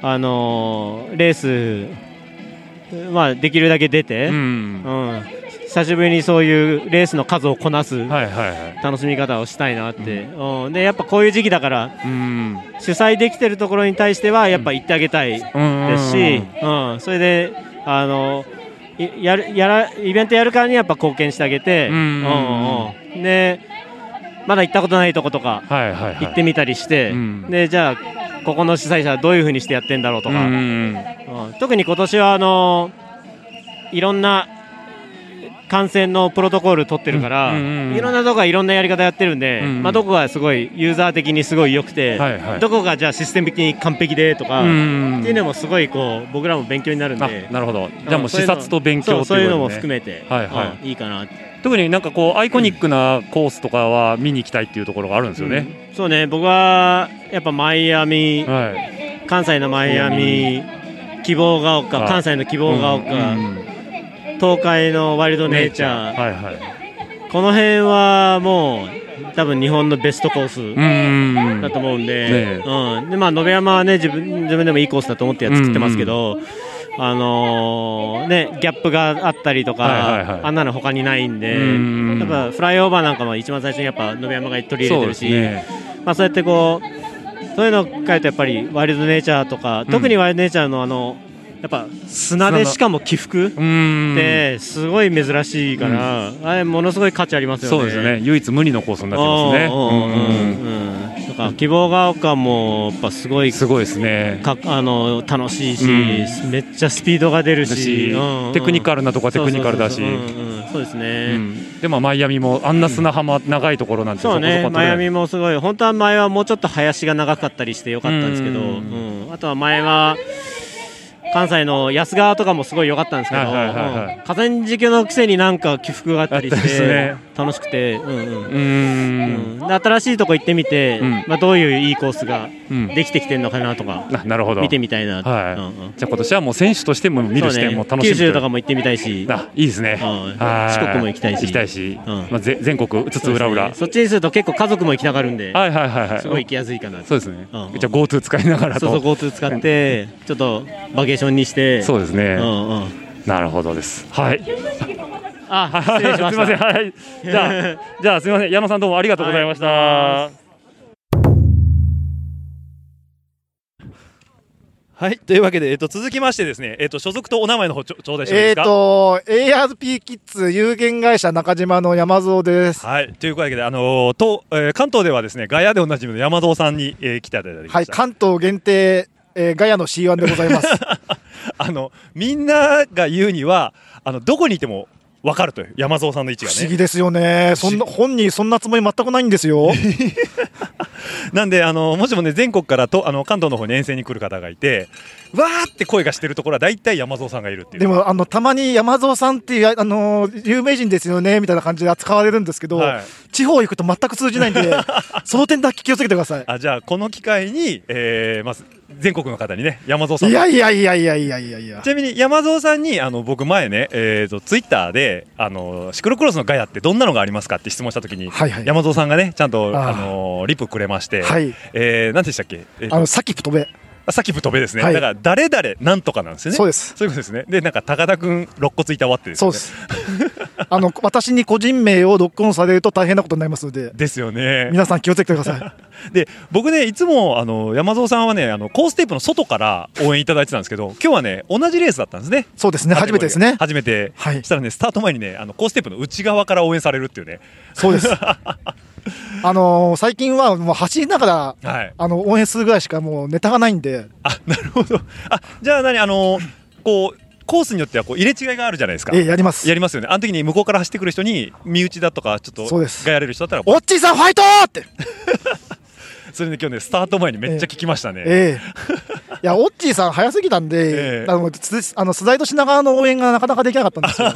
あのーレース、まあ、できるだけ出て、うん久しぶりにそういうレースの数をこなす楽しみ方をしたいなって、うんでやっぱこういう時期だから、主催できてるところに対してはやっぱ行ってあげたいですし、
うん
うんそれであのいやるやらイベントやるからにやっぱ貢献してあげて、
うん
うんうんでまだ行ったことないとことか
はいはいはい
行ってみたりして、でじゃあここの主催者はどういうふうにしてやってんだろうとか、
うん
うん特に今年はあのいろんな感染のプロトコル取ってるから、
うんうんうん
いろんなとこがいろんなやり方やってるんで、まあ、どこがすごいユーザー的にすごい良くて、
はいはい
どこがじゃあシステム的に完璧でとか、
うんうんうん
っていうのもすごいこう僕らも勉強になるんで
なるほどじゃあもう視察と勉強
そうそういうのも
と
含めて、
はいはい
うんいいかなって
特になんかこうアイコニックなコースとかは見に行きたいっていうところがあるんですよね、
そうね僕はやっぱマイアミ、関西のマイアミ、希望が丘
あ
関西の希望が丘、
うん
東海のワイルドネイチャー
はいはい
この辺はもう多分日本のベストコースだと思うんで,、うんでまあ、延山はね自分自分でもいいコースだと思って作ってますけど、あのーね、ギャップがあったりとか、
はいはいはい
あんなの他にないんで、
うん
やっぱフライオーバーなんかも一番最初にやっぱ延山が取り入れてるし
そうです
まあ、そうやってこうそういうのを書いてやっぱりワイルドネイチャーとか、特にワイルドネイチャーのあのやっぱ砂でしかも起伏ってすごい珍しいから、あれものすごい価値ありますよね。
そうですね唯一無二のコースになってますね
うんうんうんとか希望が丘もやっぱすごい
すごいですね
かあの楽しいし、
う
めっちゃスピードが出る
だ
し、
し
うんうん
テクニカルなとこはテクニカルだし
そうそうそうそううんうんそうですね、
うんでもマイアミもあんな砂浜長いところなんて
そうね、
こ
マイア
ね
ミもすごい、本当は前はもうちょっと林が長かったりしてよかったんですけど、
う
うんあとは前は関西の安川とかもすごい良かったんですけど、
はいはいはいはい
うん河川敷のくせになんか起伏があったり
あ
し、
ったりしててね
楽しくて、うんうんうんで新しいとこ行ってみて、まあ、どういういいコースが
うん
できてきてるのかなとか、
ななるほど
見てみたい
は
な、
いじゃあ今年はもう選手としても見る視点も楽しみ
そうね九州とかも行ってみたいし
あいいですね、はい
四国も行きたいし
行きたいし、まあ、ぜ全国うつつ裏裏
そっちにすると結構家族も行きたがるんで、
はいはいはいはい
すごい行きやすいかな
そうですね、じゃあ GoTo 使いながらと
そうそう GoTo 使ってちょっとバケーションにして
そうですね、
うん
なるほどですはい
あ失礼しま
[LAUGHS] す
した
いませんはいじゃ [LAUGHS] あじゃあすみません矢野さんどうもありがとうございました、はいというわけで、えっと、続きましてですね、えっと、所属とお名前の方ちょ頂戴してもいいで
え
す
っ、
か、
と、ARP キッズ有限会社中島の山蔵です。
はい、というわけで、あのーとえー関東ではですね、ガヤでおなじみの山蔵さんに、えー来ていただいて、 [LAUGHS]
はい、関東限定、えーガヤの C1 でございます。
あのみんなが言うにはあのどこにいても分かるという山蔵さんの位置が
不
ね
思議ですよね。そんな、本人そんなつもり全くないんで
[LAUGHS]
すよ。
なんであのもしもね全国からとあの関東の方に遠征に来る方がいてわーって声がしてるところは大体山蔵さんがいるっていう
でもあのたまに山蔵さんっていうあの有名人ですよねみたいな感じで扱われるんですけど、
はい
地方行くと全く通じない
[LAUGHS]
んでその点だけ気をつけてください。
あじゃあこの機会に、えーまず全国の方にね山蔵さん
い
の
やいやいやいやいやいやいや
ち。なみに山蔵さんにあの僕前ね、えー、とツイッターであのシクロクロスのガヤってどんなのがありますかって質問したときに、山蔵さんがねちゃんとあ
あー
のリプくれまして、
はい
えー、なんでしたっけ、えーと
あのさっき飛べ。
あさっきぶとべですね、
はい
だから誰々なんとかなんですよね
そうです
そういうことですねでなんか高田君肋骨いたわってです
そ
よ
う
ね
です。あの私に個人名をロックオンされると大変なことになりますので、
ですよね
皆さん気をつけてくださ
[LAUGHS]
い。
で僕ねいつもあの山蔵さんはねあのコーステープの外から応援いただいてたんですけど今日はね同じレースだったんですね
そうですね
カテゴリー
初めてですね
初めて、したらねスタート前にねあのコーステープの内側から応援されるっていうね
そうです
[LAUGHS]
あの最近はもう走りながら、
はい
あの応援するぐらいしかもうネタがないんで、
じゃあ何あのこうコースによってはこう入れ違いがあるじゃないですか
ええやります
やりますよねあの時に向こうから走ってくる人に身内だとかちょっと
そうです
がやれる人だったら
おっちーさんファイトーって。
それで今日ねスタート前にめっちゃ聞きましたね、
ええ、いや、オッチーさん、早すぎたんで、あのつあのスライドしながらの応援がなかなかできなかったんで
[LAUGHS]
すよ、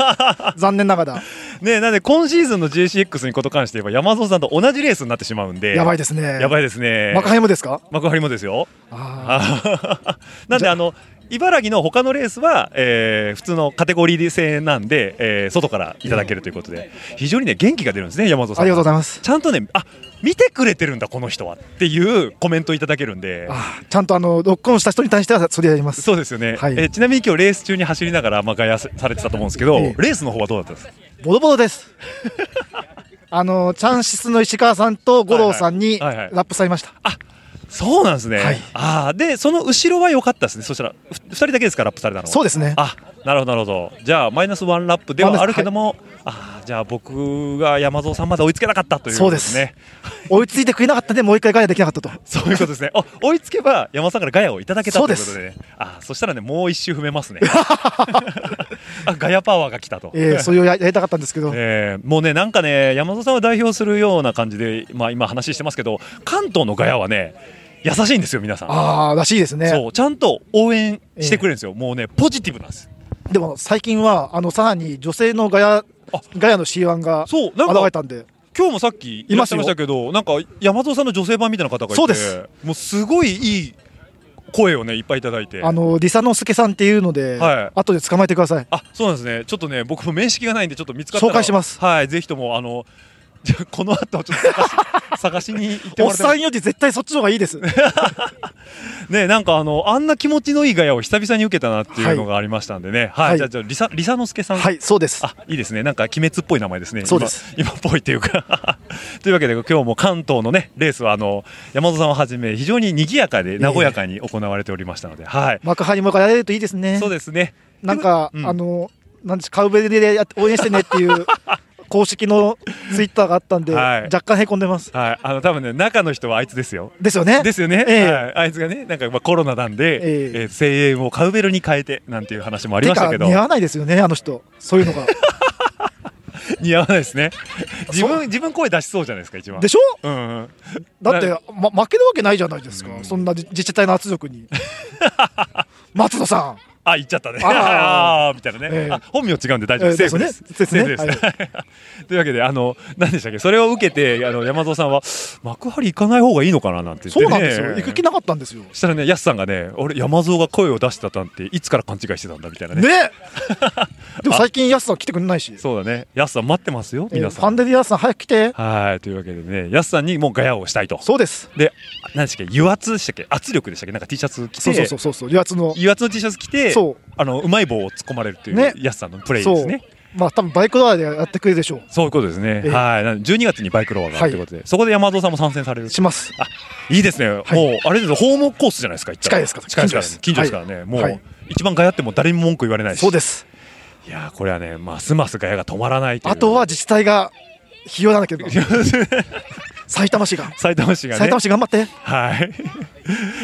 残念ながら、
ねなんで今シーズンの JCX にこと関して言えば山蔵さんと同じレースになってしまうんで
やばいですね
やばいですね
幕張もですか
幕張もですよ [LAUGHS] なんであの茨城の他のレースは、えー普通のカテゴリー制なんで、えー外からいただけるということで非常にね元気が出るんですね山蔵さん
ありがとうございます
ちゃんとねあ見てくれてるんだこの人はっていうコメントいただけるんで
ちゃんとあのロックオンした人に対しては、それやります。
そうですよね、
はい
えーちなみに今日レース中に走りながら、まあ、ガヤされてたと思うんですけど、
ええ
レースの方はどうだったんですか
ボロボロ
[LAUGHS]
です。あのチャンシスの石川さんと五郎さんにラップされました。
そうなんですね、ああでその後ろは良かったですねそしたらふ二人だけですかラップされたの
そうですね
あなるほどなるほどじゃあマイナスワンラップではあるけども、ああじゃあ僕が山蔵さんまで追いつけなかったという
そ
こと
うで
ですすね
追いついてくれなかったんで、もう一回ガヤできなかったと。
そういうことですねあ追いつけば山さんからガヤをいただけた
そ
と
う
い
で
うこ
す
とでねああそしたらねもう一周踏め
[LAUGHS]
ますねあガヤパワーが来たと
ええそういうややりたかったんですけど、
[LAUGHS] えーもうね、なんかね、山里さんを代表するような感じで、まあ、今、話してますけど、関東のガヤはね、優しいんですよ、皆さん。
ああらしいですね
そうちゃんと応援してくれるんですよ、もうね、ポジティブなんです。
でも最近はあのさらに女性のガヤガヤの C1 が現
なんか
れたんで、
今日もさっきいらっしゃいましたけど、なんか、山里さんの女性版みたいな方がいて、
そうです
もうすごいいい声をね、いっぱいいただいて。
あのリサノスケさんっていうので、
はい
後で捕まえてください。
あそうなんですね、ちょっとね、僕も面識がないんで、ちょっと見つかったら
紹介します
はい、ぜひとも、あの、 [LAUGHS] じゃあこの後ちょっと探し探しに行っても
お
ら
っ
っても
さんより絶対そっちの方がい
[LAUGHS]
いです。
ね、なんかあのあんな気持ちのいいガヤを久々に受けたなっていうのがありましたんでね、はい
はい
じゃあじゃあリサリサノスケさん、
はい、そうです。
あいいですね、なんか鬼滅っぽい名前ですね、
そうです
今今っぽいっていうか。 [LAUGHS] というわけで、今日も関東の、ね、レースはあの山本さんをはじめ、非常に賑やかで、和やかに行われておりましたので、はい、
幕張もやれるといいですね。そう
ですね。
なんか、あのなんですカウベリでやって応援してねっていう公式のツイッターがあったん
[LAUGHS]
で、
はい
若干へこんでます。
はい、あの多分ね、中の人はあいつですよ。
ですよね
ですよね。
ええ
はいあいつがね、なんかまあコロナなんで、えー声援をカウベルに変えてなんていう話もありましたけど、
てか似合わないですよねあの人。そういうのが
似合わないですね。自分自分声出しそうじゃないですか一番。
でしょ
うんうん。
だって、ま、負けるわけないじゃないですか。そんな自自治体の圧
[LAUGHS]
力に。松野さん。
あ言っちゃったね。
あ
ああーみたいなね。
ええ
あ本名違うんで大丈夫です。
ええ
セーフです。
ですよね
セーフです [LAUGHS] というわけであの何でしたっけ。それを受けてあの山蔵さんは幕張行かない方がいいのかななんて言って
そ
ね。
うなんですよ。行く気なかったんですよ。
したらね、やすさんがね、俺、山蔵が声を出してたなんて、いつから勘違いしてたんだみたいなね。
ねでも最近やすさん来てくれないし。
そうだね、やすさん待ってますよ、
えー
皆
フ
さん。
ァンデリアスさん早く来て。
はいというわけでね、やすさんにもうガヤをしたいと。
そうです。
で、何でしたっけ、油圧でしたっけ、圧力でしたっけ、なんか T シャツ着て、
そうそうそうそうそう。油圧の。
油圧の T シャツ着て、
そう
あのうまい棒を突っ込まれるという、
ね
やすさんのプレイですね。
そう。まあ多分バイクドアでやってくれるでしょう。
そういうことですね。
ええ
はい、なんで12月にバイクロアがあるということで、そこで山蔵さんも参戦される。
します。
あ、いいですね。もうあれですよ、ホームコースじゃないですか。言った
近いですから
近いですから、近
近
所で
所ですす
からね。
はい
もう、
はい
一番ガヤってもう誰にも文句言われないし。
そうです。
いやー、これはね、ますますガヤが止まらないという。
あとは自治体が
[LAUGHS]
費用なきゃいけない。埼玉市が。
埼玉市がね。
埼玉市頑張って。
はい。 [LAUGHS]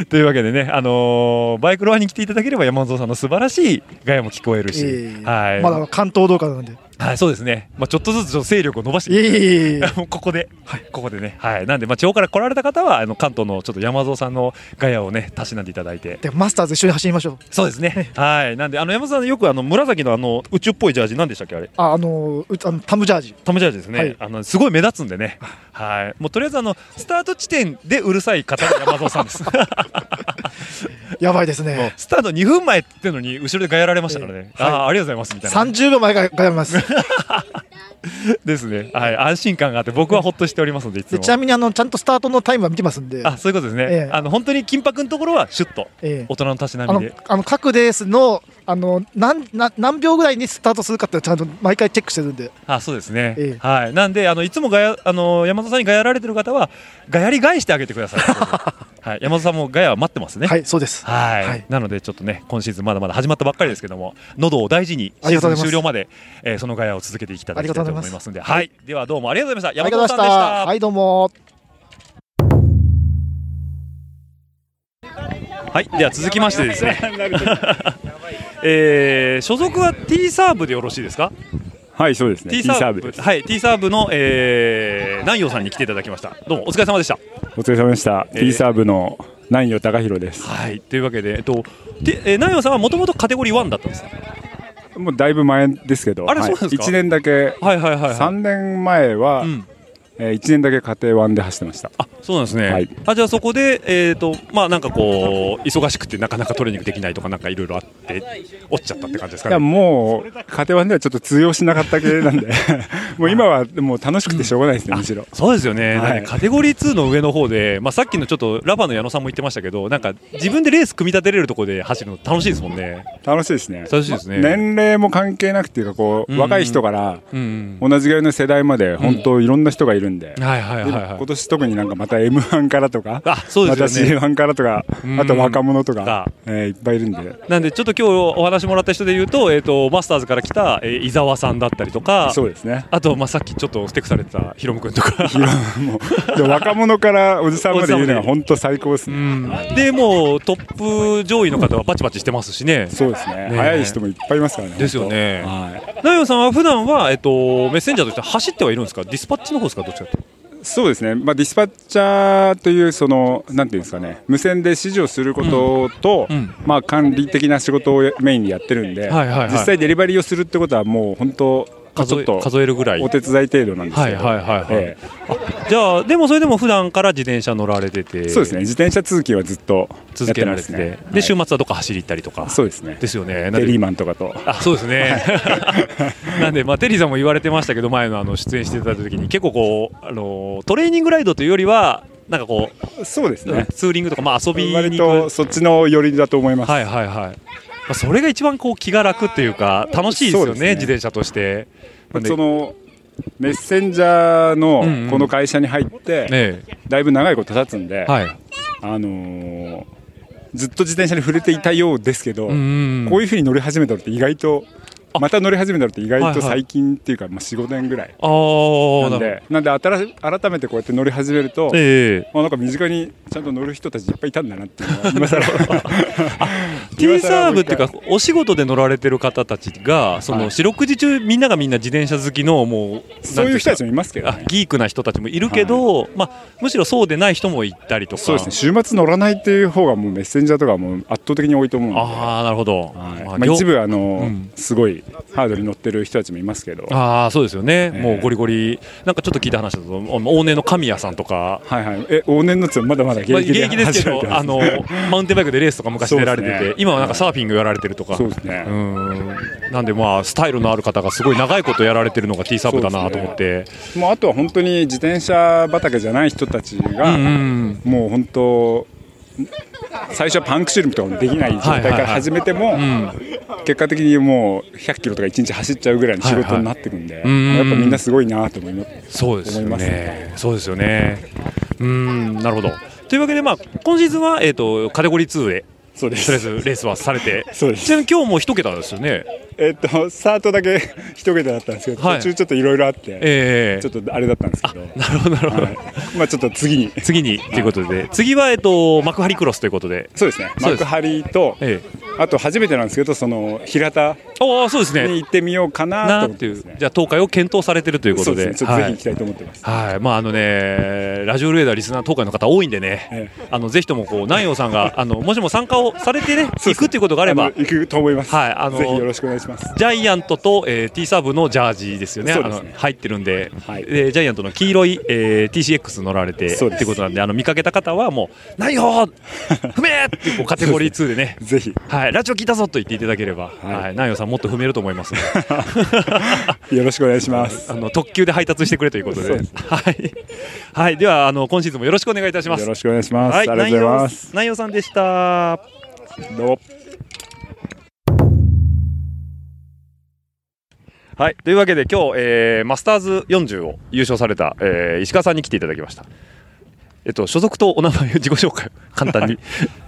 というわけでね、あのーバイクロアに来ていただければ山本さんの素晴らしいガヤも聞こえるし、
ええ
はい
まだ関東動画なんで。
はい、そうですね、まあ、ちょっとずつちょっと勢力を伸ばしてい
えいえいえ
もう [LAUGHS] ここで、はい、ここでね、はい、なんで、まあ、地方から来られた方はあの関東のちょっと山蔵さんのガヤをねたしなんでいただいて
でマスターズ一緒に走りましょう。
そうですねはいなんであの山蔵さんよくあの紫のあの宇宙っぽいジャージなんでしたっけあれ
ああのうあのタムジャージ。
タムジャージですね、
はい
あのすごい目立つんでねはいもうとりあえずあのスタート地点でうるさい方が山蔵さんです [LAUGHS]
やばいですね。
スタート2分前っていうのに後ろでガヤられましたからね、ああありがとうございますみたいな
三十秒前ががやります。
ですね。はい、安心感があって、僕はほっとしておりますので、いつ
で
も。
ちなみにあのちゃんとスタートのタイムは見てますんで。
あ、そういうことですね。
ええ
あの、本当に金箔のところは、シュッと、
ええ
大人のたしな
あ
み
の
で。
あの各レースのあの何何何秒ぐらいにスタートするかっていうのをちゃんと毎回チェックしてるんで。
あ、そうですね。
え
はい、なんで、あの、いつもがや、あの、山田さんにガヤられてる方は、ガヤり返してあげてください。
[LAUGHS]
はい、山田さんもガヤは待ってますね。
はい、そうです。
はい、なので、ちょっとね、今シーズンまだまだ始まったばっかりですけども、喉を大事に、
あ
シ
り
ーズ
がとう
ン
ございます
終了まで、えーそのガヤを続けていきたいと思いますんで、
あ
は
り
い、では、どうもありがとうございました。
あ
山
りがとう
本さ
ござい
ん
ま
で
し
した。
た。はい、どうも。
はい、では続きましてですね
やばいやばいやばい。
[LAUGHS] えー所属は T サーブでよろしいですか。
はい、そうですね。
T
T
サ
サ
ー
ー
ブ
ブです。
はい、T サーブの、えー、南陽さんに来ていただきました。どうもお疲れ様でした。
お疲れ様でした。
えー
T サーブの南陽隆弘です。
はい、というわけで、えっと、で、えー、南陽さんはもともとカテゴリー1だったんですね。
もうだいぶ前ですけど、
あれ
はい
そうなんですか
一年だけ、
はいはいはい、
3年前は、えー一年だけ家庭1で走ってました。
そうなんですね。
はい
あ、じゃあそこで、えっ、と、まあなんかこう忙しくてなかなかトレーニングできないとかなんかいろいろあって落ちちゃったって感じです
い
か
や
ね。
もう家庭1ではちょっと通用しなかった
[LAUGHS]
系なんでもう今はもう楽しくてしょうがないですね、むしろ
そうですよね、
はい
なんかカテゴリー2の上の方で、まあ、さっきのちょっとラバーの矢野さんも言ってましたけど、なんか自分でレース組み立てれるところで走るの楽しいですもんね。
楽しいですね
楽しいですね。
年齢も関係なくっていうかこう、
うん
若い人から
うん
同じぐらいの世代まで本当いろんな人がいるんで、
はいはいはいはい
で今年特になんかまた m 1からとか
そうですよね
また C1 からとか
うん
あと若者とか、えーいっぱいいるんで
なんでちょっと今日お話もらった人で言うと、えっ、とマスターズから来た、えー伊沢さんだったりとか、
そうですね。
あとまあさっきちょっとステックされてたヒロム君と
[LAUGHS]
か、
で若者からおじさんまでいるの
お
は
じ
本当最高ですね、
でもうトップ上位の方はバチバチしてますしね。
そうですね早い人もいっぱいいますからね
ですよね。ナヨンさんは普段はえっ、とメッセンジャーとして走ってはいるんですか。ディスパッチの方ですかどっちかって。
そうですね、まあ、ディスパッチャーというそのなんていうんですかね無線で指示をすることと、まあ、管理的な仕事をメインにやってるんで、
はいはいはい
実際デリバリーをするってことはもう本当
数え
ちょっと
数えるぐらい
お手伝い程度なんですけど、
はいはいはいはい
え
じゃあでもそれでも普段から自転車乗られてて
えそうですね自転車通勤はずっと
続けられてて
やってますね
で週末はどっか走り行ったりとか
そうですね
ですよね
テリーマンとかと
あそうです
[LAUGHS]
ねなんで、まあ、テリーさんも言われてましたけど前のあの出演していただいた時に結構こう、あのトレーニングライドというよりはなんかこ
うそうですね
ツーリングとか、まあ、遊びに
割
行く
とそっちの寄りだと思います
はいはいはい、まあ、それが一番こう気が楽っていうか楽しいですよ
そう
ね
ですね
自転車として。
まあそのメッセンジャー
うんうん
のこの会社に入って、
え
だいぶ長いこと経つんで、
はい
あのーずっと自転車に触れていたようですけど、
うんうん
こういうふうに乗り始めたのって意外とまた乗り始めたのって意
は
外
いは
と
い
最近っていうか、まあ、45年ぐらい
あー
なん
な
でなんで新し改めてこうやって乗り始めると、
ええ
まあ、なんか身近にちゃんと乗る人たちいっぱいいたんだなっていうのは [LAUGHS]
[LAUGHS]
今更
T サーブっていうかお仕事で乗られてる方たちがその四六時中みんながみんな自転車好きのもう
そういう人たちもいますけど、
あギークな人たちもいるけど、まあ、むしろそうでない人もいたりとか
そうですね週末乗らないっていう方がもうメッセンジャーとかはもう圧倒的に多いと思うんで
ああなるほど、ま
ま
あ
あ、
業
一部あの、
うん
すごいハードルに乗ってる人たちもいますけど
ああそうですよね、もうゴリゴリなんかちょっと聞いた話だと往年の神谷さんとか、
はいはい、え往年のつまだまだ現
まあ、
役
現
で
役ですけ
走ら
ど
れてま
あ
す
のマウンテンバイクでレースとか昔出られて
そう
て、
ですね
今はなんかサーフィングやられてるとか
そうですね
うんなんでまあスタイルのある方がすごい長いことやられてるのが T サーブだなと思って、
もうあとは本当に自転車畑じゃない人たちが、
うんう
もう本当最初はパンクシルムとかもできない状態から始めても、結果的にもう100キロとか1日走っちゃうぐらいの仕事になってくんで、
はいはいうんうん
やっぱみんなすごいなと思いま
そうです
思
よ
います
ね。そうですよね。うーん、なるほど。というわけで、まあ、今シーズンは、えっ、と、カテゴリー2へ。
そうです
とりあえずレースはされて
そうです
ちなみに今日も一桁ですよね
えっと、スタートだけ [LAUGHS] 一桁だったんですけど、
はい
途中ちょっといろいろあって、
ええ
ちょっとあれだったんですけど、
なるほどなるほど、
まあちょっと次に
次にということで次はえっと幕張クロスということで
そうですね幕張と、あと初めてなんですけどその平田
おそうですね
に行ってみようかなと
な
思っ
って
て
いうじゃあ東海を検討されてるということで、
そうですねちょっとぜひ行きたいと思ってます
はいはいまああのねラジオルエダーリスナー東海の方多いんでね、あのぜひともこう南陽さんがあのもしも参加をされてね行くっていうことがあれば
行くと思います
はいあの
ぜひよろしくお願いします
ジャイアントと、えー、T サーブのジャージですよね
そうですね
あの入ってるんで、でジャイアントの黄色い、えー、TCX 乗られてっていうことなんであの見かけた方はもう「何よ
[LAUGHS]
踏め!」ってこうカテゴリー2でね
ぜひ、
はい、ラジオ聞いたぞと言っていただければ、はい南陽さんもっと踏めると思いますので
よろしくお願いします
あの特急で配達してくれということで
そうで
はい、はい、ではあの今シーズンもよろしくお願いいたします
よろしくお願いします
はい、
ありがとうございます
南陽さんでした
どうも
はいというわけで今日、えーマスターズ40を優勝された、えー石川さんに来ていただきましたえっと所属とお名前を自己紹介を簡単
[LAUGHS]
に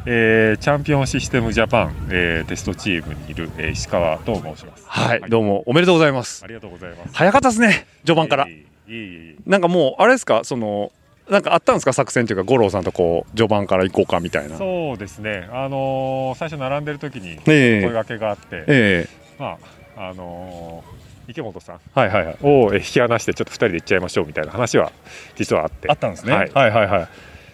えーチャンピオンシステムジャパン、えーテストチームにいる、えー石川と申します。
はい、どうもおめでとうございます
ありがとうございます。
早かったですね序盤から
いえいえいえ
なんかもうあれですかそのなんかあったんですか作戦というか五郎さんとこう序盤から行こうかみたいな
そうですね、あのー最初並んでる時に
ええ
声掛けがあって、
え
まああのー池本さん
はいはいはい
をえー引き離してちょっと二人で行っちゃいましょうみたいな話は実はあって
あったんですね
はい
はいはいはい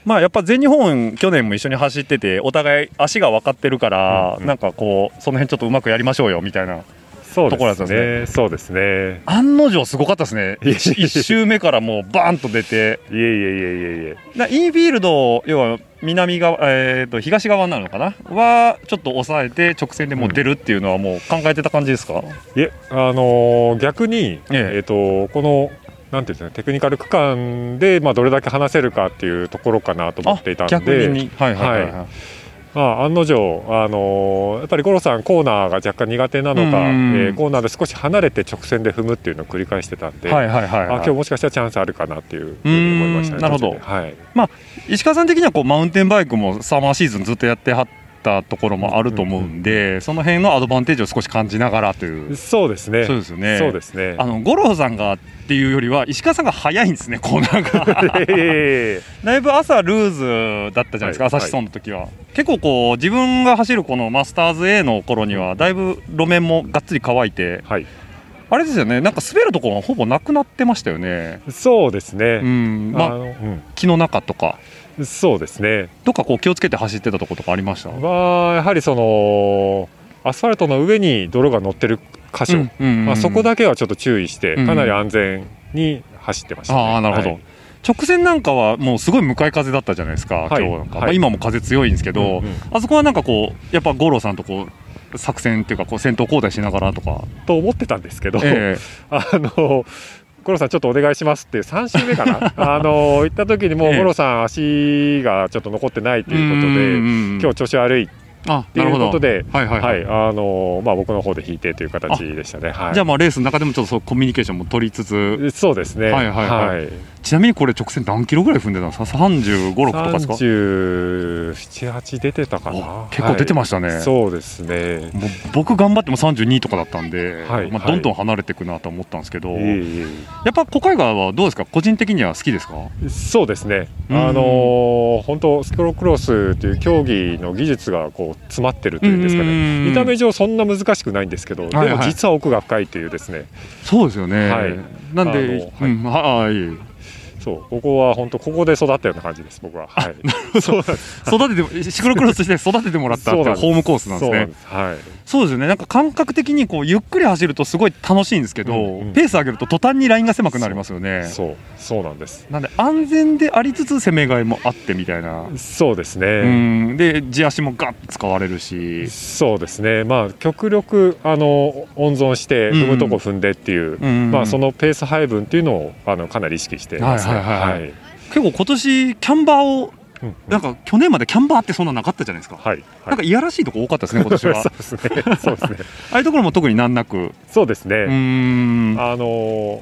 まあやっぱ全日本去年も一緒に走っててお互い足が分かってるから、なんかこうその辺ちょっとうまくやりましょうよみたいな
そう
ところだったんですね
ですねそうです
[LAUGHS]
ね
案の定すごかったですね1周目からもうバーンと出て
いえいえいえいえいえ
なインフィールド要は南側、えー、と東側になるのかなはちょっと抑えて直線でもう出るっていうのはもう考えてた感じですか、
いえ、あのー逆に、えっ、と、この。なんていうんですかね、テクニカル区間で、まあ、どれだけ話せるかっていうところかなと思っていたんで。
逆にはいはいはいはい
まあ、案の定、あのーやっぱり五郎さんコーナーが若干苦手なのか、
うんうんうん
えーコーナーで少し離れて直線で踏むっていうのを繰り返してたんで、
はいはいはいはい
あ今日もしかしたらチャンスあるかなっていうふうに思いました
うー
ね。
んなるほど
途中ではい、
まあ、石川さん的にはこうマウンテンバイクもサマーシーズンずっとやってはったところもあると思うんで、その辺のアドバンテージを少し感じながらという
そうですね
そうですよね
そうですね
あの五郎さんがっていうよりは石川さんが早いんです
[LAUGHS]
ねコーナーがだいぶ朝ルーズだったじゃないですか、
はい
朝シソンの時は、結構こう自分が走るこのマスターズ A の頃にはだいぶ路面もがっつり乾いて、あれですよねなんか滑るところがほぼなくなってましたよね
そうですね
うんまあ
あのうん
木の中とか
そうですね
とかこう気をつけて走ってたところとかありました
はやはりそのアスファルトの上に泥が乗ってる箇所、
うんうんうんうん
まあ、そこだけはちょっと注意して
うん
かなり安全に走ってましたね、
ああなるほど、
はい
直線なんかはもうすごい向かい風だったじゃないですか、
はい
今日なんか、
はい
まあ今も風強いんですけど、
うんうん
あそこはなんかこうやっぱ五郎さんとこう作戦っていうかこう先頭交代しながらとか
と思ってたんですけど、
ええ
[LAUGHS] あの五郎さん、ちょっとお願いしますって3周目か
[LAUGHS]
な、あの行った時にもう
ええ
五郎さん、足がちょっと残ってないというこ
うん
と
うん
で、
うんうん
今日調子悪い [LAUGHS]
あ
ということで、
なるほどはいはいはい
あのまあ、僕の方で引いてという形でしたね。はい
じゃあまあレースの中でもちょっとそうコミュニケーションも取りつつ
そうですね
はいはいはい、
はい
ちなみにこれ直線何キロぐらい踏んでたんですか3 5 6とかですか
37、8出てたかな
結構出てましたね
はいそうですね
もう僕頑張っても32とかだったんで、
はい
まあ、
はい
どんどん離れていくなと思ったんですけど、
えいえいえ
やっぱ小海川はどうですか個人的には好きですか
そうですね、
うん
あのー本当、スクロクロスという競技の技術がこう詰まってるというんですか
うん
ね、見た目上、そんな難しくないんですけど、で
はい
も実は奥が深いというですね、
そうですよね、
はい
なんで、
あの
うんはい
そう、ここは本当、ここで育ったような感じです、僕は。はい、
[LAUGHS] そう育ててシクロクロスして育 [LAUGHS] ててもらったってい
そ
う
うな
ん
です
ホームコースなんです
そうな
ね
んですはい
そうですよねなんか感覚的にこうゆっくり走るとすごい楽しいんですけど、ペース上げると途端にラインが狭くなりますよね
そうそうなんです
なんで安全でありつつ攻めがいもあってみたいな
そうですね
うんで地足もガッ使われるし
そうですね、まあ、極力あの温存して、
うんうん
踏むとこ踏んでっていう、
うんうん
まあ、そのペース配分っていうのをあのかなり意識してますね。
はいはいはいはい
はい
結構今年キャンバーをなんか去年までキャンバーってそんななかったじゃないですか、なんかいやらしいとこ多かったですね今年は
[LAUGHS] そうですね、そうですね。
ああいうところも特に難なく
そうですね。
あ
のー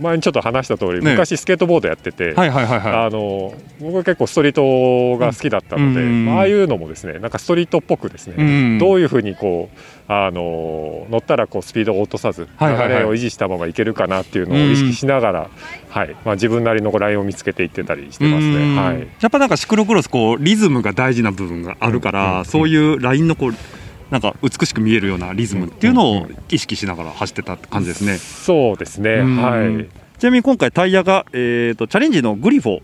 前にちょっと話した通り、
ね
昔スケートボードやってて、
はいはいはいはい
あの僕は結構ストリートが好きだったので、
うんうん
まあああいうのもですねなんかストリートっぽくですね、
うん
どういうふうにこうあの乗ったらこうスピードを落とさず流
はいはいはい
れを維持したままいけるかなっていうのを意識しながら、はいまあ、自分なりのこうラインを見つけていってたりしてます
うん
ね。はい
やっぱなんかシクロクロスこうリズムが大事な部分があるから、そういうラインのこうなんか美しく見えるようなリズムっていうのを意識しながら走ってたって感じですね。
そうですね。はい。
ちなみに今回タイヤがえっ、とチャレンジのグリフォ。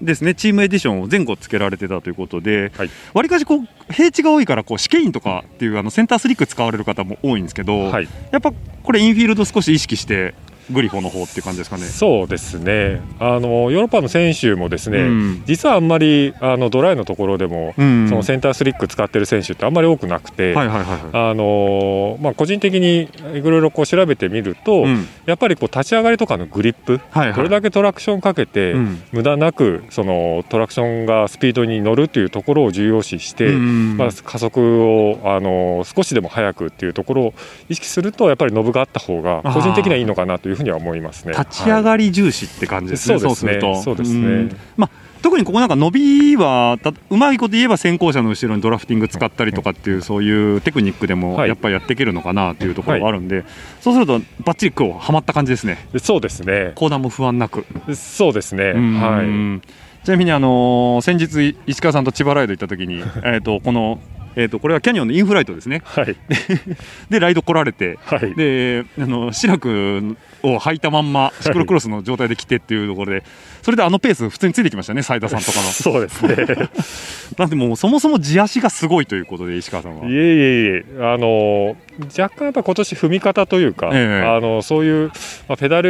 ですねチームエディションを前後つけられてたということでわり、かしこう平地が多いからこう試験員とかっていうあのセンタースリック使われる方も多いんですけど、やっぱこれインフィールド少し意識してグリフォの方っていう感じですかね。
そうですねあのヨーロッパの選手もですね、
うん
実はあんまりあのドライのところでも、
うん
そのセンタースリック使ってる選手ってあんまり多くなくて、
はいはいはい
あのまあ、個人的にいろいろこう調べてみると、
うん
やっぱりこう立ち上がりとかのグリップ、
はいはい
どれだけトラクションかけて、
うん
無駄なくそのトラクションがスピードに乗るというところを重要視して、
うん
まあ、加速をあの少しでも速くっていうところを意識するとやっぱりノブがあった方が個人的にはいいのかなというふうには思いますね。
立ち上がり重視って感じですね、
はいそうですね
ると
そうですね
んまあ、特にここなんか伸びはたうまいこと言えば先行者の後ろにドラフティング使ったりとかっていうそういうテクニックでも
はい
やっぱりやっていけるのかなっていうところがあるんで、そうするとバッチリこうはまった感じですね
そうですね
コーナーも不安なく
そうですね
はいちなみに、あのー先日い石川さんと千葉ライド行った時
[LAUGHS]
にえーとこの、えー、とこれはキャニオンのインフライトですね、
はい、
[LAUGHS] でライド来られて、であのシラクを履いたまんまシクロクロスの状態で来てっていうところで、それであのペース普通についてきましたね斉田さんとかの
そうですね
[LAUGHS] なんでもうそもそも地足がすごいということで石川さんはい
えいえいえ、あの若干やっぱ今年踏み方というか、
ええ
あのそういう、まあ、ペダ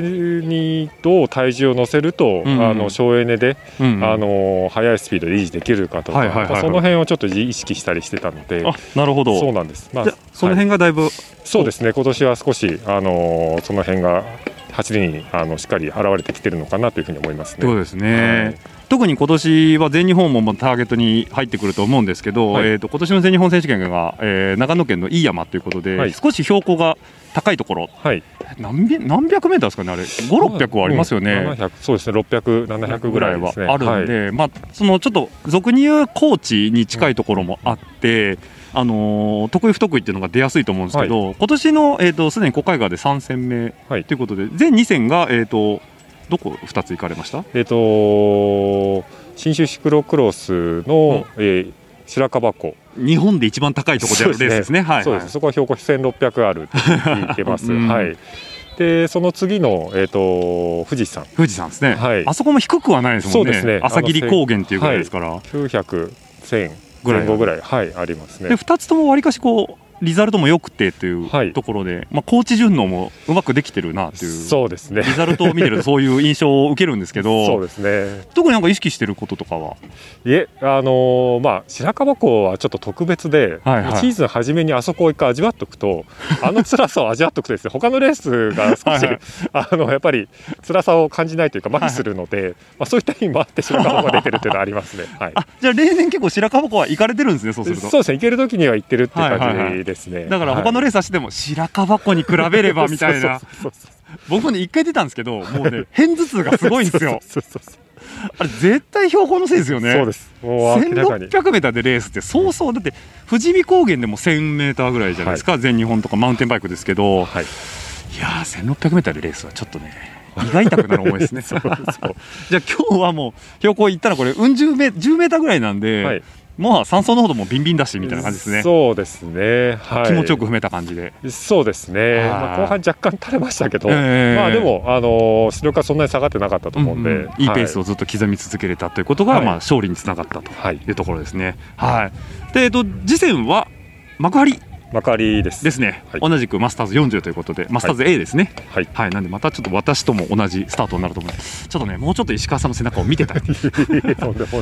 ルにどう体重を乗せると、
うんうん
あの省エネで、
うんうん
あの速いスピードで維持できるかとか、
はいはいはいはい
まあその辺をちょっと意識したりしてたので、
あなるほど
そうなんです。
じゃあその辺がだいぶ、
そうですね。今年は少しあのその辺が走りにあのしっかり現れてきてるのかなというふうに思います
っ
ね。
てことですね、特に今年は全日本もターゲットに入ってくると思うんですけど、
はい
えー、と今年の全日本選手権が、えー長野県の飯山ということで、
はい
少し標高が高いところ、何百何百メーターですかね、あれ、5、600はありますよね。
うん700そうですね。六百七百ぐらいですね。
はあるんで、まあ、そのちょっと俗に言う高地に近いところもあって、あのー得意不得意っていうのが出やすいと思うんですけど、今年のえっ、とすでに国会川で3戦目ということで、全2戦がえっ、とどこ2つ行かれました？
えっ、と新州シクロクロスの、えー白樺湖
日本で一番高いところでやるレースですね。はい、
そうです。そこは標高1600あるって聞いて
[LAUGHS]
ます。
うん
はい。でその次のえっ、と富士山。
富士山ですね。
はい。
あそこも低くはないですもんね。
そうですね。
朝霧高原っていうぐらいですから。
ら。900、1000
ぐ
ぐ
らい
らいぐらいはいありますね。
で2つともわりかしこうリザルトも良くてというところで、まあ、高知順応もうまくできてるなっていう
そうですね
リザルトを見てるとそういう印象を受けるんですけど
[LAUGHS] そうですね
特になんか意識してることとかはい
え、あのーまあ、白樺湖はちょっと特別で、
はいはい
シーズン初めにあそこを一回味わっと
[LAUGHS]
くと、あの辛さを味わっとくとですね、他のレースが少し、
はいはい
[LAUGHS] あのやっぱり辛さを感じないというか、麻痺するので、まあ、そういった意味もあって、白樺湖が出てるというのはあり
[LAUGHS]
ますね。はい、
じゃあ例年結構白樺湖は行かれてるんですねそうすると
そうですね、行ける時には行ってるっていう
はい
感
はいは
じ
い
ですね。
だから他のレース走っても白樺湖に比べればみたいな
[LAUGHS] そう
僕もね一回出たんですけどもうね片頭痛がすごいんですよあれ絶対標高のせいですよね
そうですもう明らかに
1600メーターでレースってそうそうだって富士見高原でも1000メーターぐらいじゃないですか、全日本とかマウンテンバイクですけど、
い、
やー1600メーターでレースはちょっとね胃が痛くなる思いですね
[LAUGHS] そうそう
じゃあ今日はもう標高行ったらこれうん十メ10メーターぐらいなんで、もう酸素濃度もビンビンだしみたいな感じですね
そうですね、はい、
気持ちよく踏めた感じで
そうですね、まあ、後半若干垂れましたけど、
ええ
まあでも、あのー出力はそんなに下がってなかったと思うんで、
うんいいペース
を、
をずっと刻み続けれたということが、
はい
まあ、勝利につながったというところですね。はいで、えっと、次戦は幕張
幕張です
ですね、同じくマスターズ40ということでマスターズ A ですね
はい、
なんでまたちょっと私とも同じスタートになると思いますちょっとねもうちょっと石川さんの背中を見て
[LAUGHS]
たい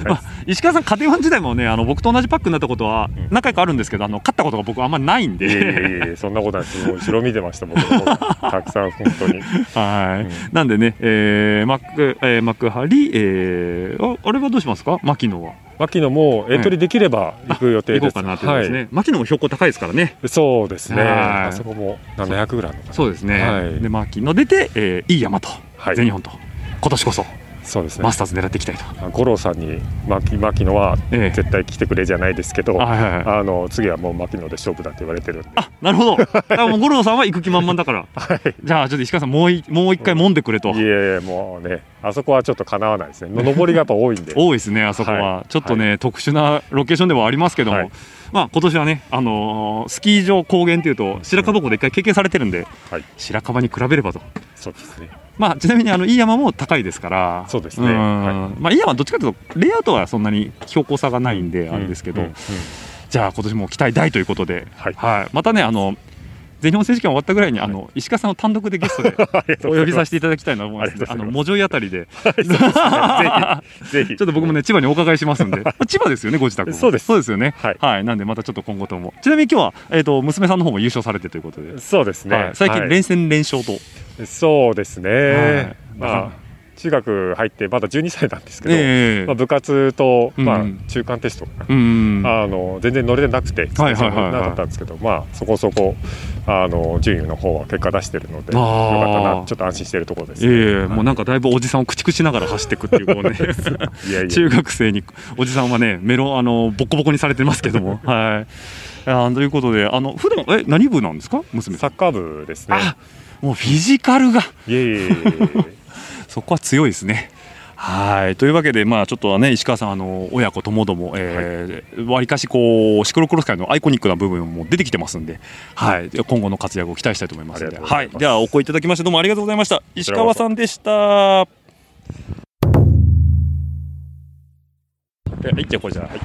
ま
あ石川さんカテワン時代もねあの僕と同じパックになったことは何回かあるんですけどあの勝ったことが僕あんまりないんで
いえいえいえ、そんなことないです、もう後ろ見てました、僕の方たくさん、本
[LAUGHS]
当に。
[LAUGHS] はい、なんでね、えー、マック、えー、幕張、えー、あ、あれはどうしますか、牧野は。
牧野もエントリーできれば行く予定で
行
す。
こうかなということですね
はい
牧野も標高高いですからね。
そうですね。
はい
あそこも700ぐらいあるのかな。
そうですね、
はい
で牧野出て、えーいい山と、全日本と今年こそ
そうですね。
マスターズ狙っていきたいと。
五郎さんに牧牧野は絶対来てくれじゃないですけど、あの次はもう牧野で勝負だって言われてるんで。
なるほど。だからもう五郎さんは行く気満々だ
[LAUGHS]
から。じゃあちょっと石川さんもういもう一回揉んでくれと。
いやいやもうね、あそこはちょっとかなわないですね。登
[LAUGHS]
りがやっぱ多いんで。
多いですねあそこは、ちょっとね、特殊なロケーションではありますけども、まあ今年はねあのースキー場高原というと白樺湖で一回経験されてるんで、白樺に比べればと。
そうですね。
まあちなみにあのいい山も高いですから。
そうです
ね。まあいい山はどっちかというとレイアウトはそんなに標高差がないんであれですけど、じゃあ今年も期待大ということで、はい、またねあの。全日本選手権終わったぐらいに、あの石川さんを単独でゲス [LAUGHS] トでお呼びさせていただきたいなと思いますので。あのもじょいあたりで、ぜ [LAUGHS] ひちょっと僕もね千葉にお伺いします [LAUGHS] んで、まあ千葉ですよねご自宅もそうですそうですよねはい、なんでまたちょっと今後ともちなみに今日はえっ、と娘さんの方も優勝されてということで
そうですね
はい最近
はい
連戦連勝と、
そうですね、
はい
まあ、中学入ってまだ12歳なんですけど、
ええ
まあ、部活と、
うん
まあ、中間テストが、
うん
あの全然乗れてなくて、
はいはいはいはい
なかったんですけど、まあ、そこそこあの順位の方は結果出してるので
あ
よ
ー
かったなちょっと安心してるところです、
ええもうなんかだいぶおじさんを駆逐しながら走っていくっていうこうね
[LAUGHS] いやい
[LAUGHS]
や
中学生におじさんはねメロンあのボッコボコにされてますけども
[LAUGHS]
はいあーということであの普段え何部なんですか娘サ
ッカー部ですね
もうフィジカルが
いえいえいえ
[LAUGHS] そこは強いですね。はいというわけで、まあ、ちょっとはね石川さん、あの親子ともども、えーわりかしこうシクロクロス界のアイコニックな部分も出てきてますんで、はい、今後の活躍を期待したいと思いますのではい、ではお声いただきましてどうもありがとうございました石川さんでした。はい、じゃあこれじゃあはい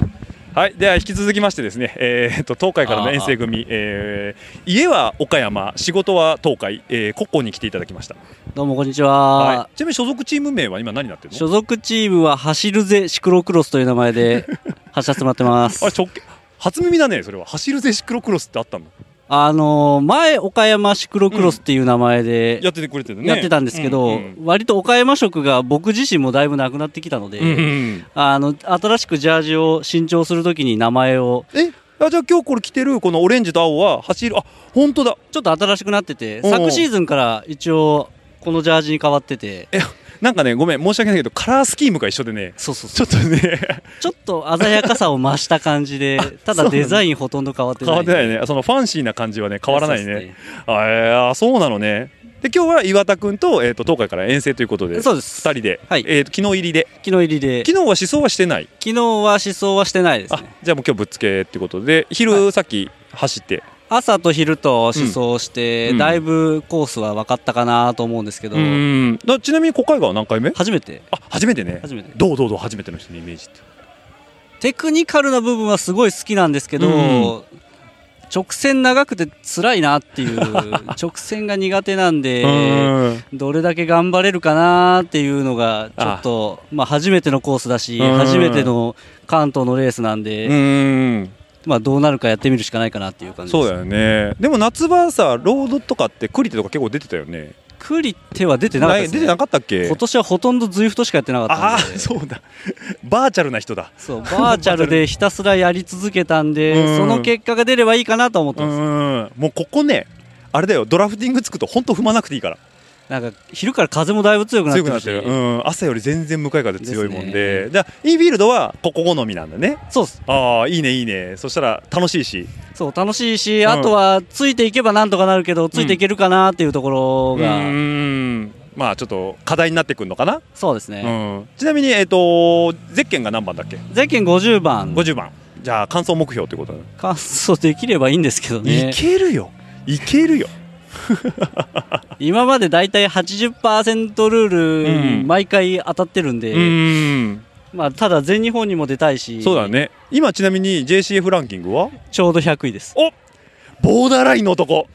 はい、では引き続きましてですね、えー、と東海からの遠征組、えー家は岡山、仕事は東海、えー、コッコに来ていただきました。
どうもこんにちは、
い、ちなみに所属チーム名は今何になってるの？
所属チームは走るぜシクロクロスという名前
[LAUGHS]
で走らせてもらってます
あ直初耳だねそれは走るぜシクロクロスってあったの
あのー前岡山シクロクロスっていう名前で
やっててくれてるね
やってたんですけど、
うんうん
割と岡山色が僕自身もだいぶなくなってきたので、
うんうん
あの新しくジャージを新調するときに名前を
えあじゃあ今日これ着てるこのオレンジと青は走るあ本当だ
ちょっと新しくなってて
おう
昨シーズンから一応このジャージに変わってて
なんかねごめん申し訳ないけどカラースキームが一緒でねちょっとね
ちょっと鮮やかさを増した感
[LAUGHS]
じでた
そうな
だ
んだ
デザインほとんど変わって
変
な
わ
い
ってないねそのファンシーな感じはね変わらない
そうです
ねあえーあそうなのねで今日は岩田君と,、えー、と東海から遠征ということで
そうです
2人で、えーと昨日入りで
昨日入りで
昨日は思想はしてない
昨日は思想はしてないですね
じゃあもう今日ぶっつけってことで昼さっき走って、
朝と昼と思想して、
うん
だいぶコースは分かったかなと思うんですけど、
うんだちなみに小海川は何回目
初めて
あ初めてね
初めて
どうどうどう初めての人のイメージって
テクニカルな部分はすごい好きなんですけど、
うん
直線長くて辛いなって
[LAUGHS]
いう直線が苦手なんでどれだけ頑張れるかなっていうのがちょっとまあ、初めてのコースだし
うん
初めての関東のレースなんでまあ、どうなるかやってみるしかないかなっていう感じです
そうだよねでも夏場さロードとかってクリテとか結構出てたよね
クリテは出てなかったですね
出てなかったっけ
今年はほとんどズイフトしかやってなかったんで
ああそうだバーチャルな人だ
そうバーチャルでひたすらやり続けたん
う
で
ん
その結果が出ればいいかなと思ってます
うんもうここねあれだよドラフティングつくと本当踏まなくていいから
なんか昼から風もだいぶ強くなって
強
る
く
し
なってる、うん、朝より全然向かい風強いもんでじゃあインフィールドはここ好みなんだね
そうっす
ああいいねいいねそしたら楽しいし
そう楽しいし、
うん
あとはついていけばなんとかなるけどついていけるかなっていうところが、
うんまあちょっと課題になってくるのかな
そうですね、
うん、ちなみに、えっとゼッケンが何番だっけ
ゼッケン50番
50番じゃあ完走目標ってことだね
完走できればいいんですけどね
いけるよいけるよ
今までだいたい80%ルールに毎回当たってるんで、まあ、ただ全日本にも出たいし
そうだね今ちなみに JCF ランキングは
ちょうど100位です
おボーダーラインの男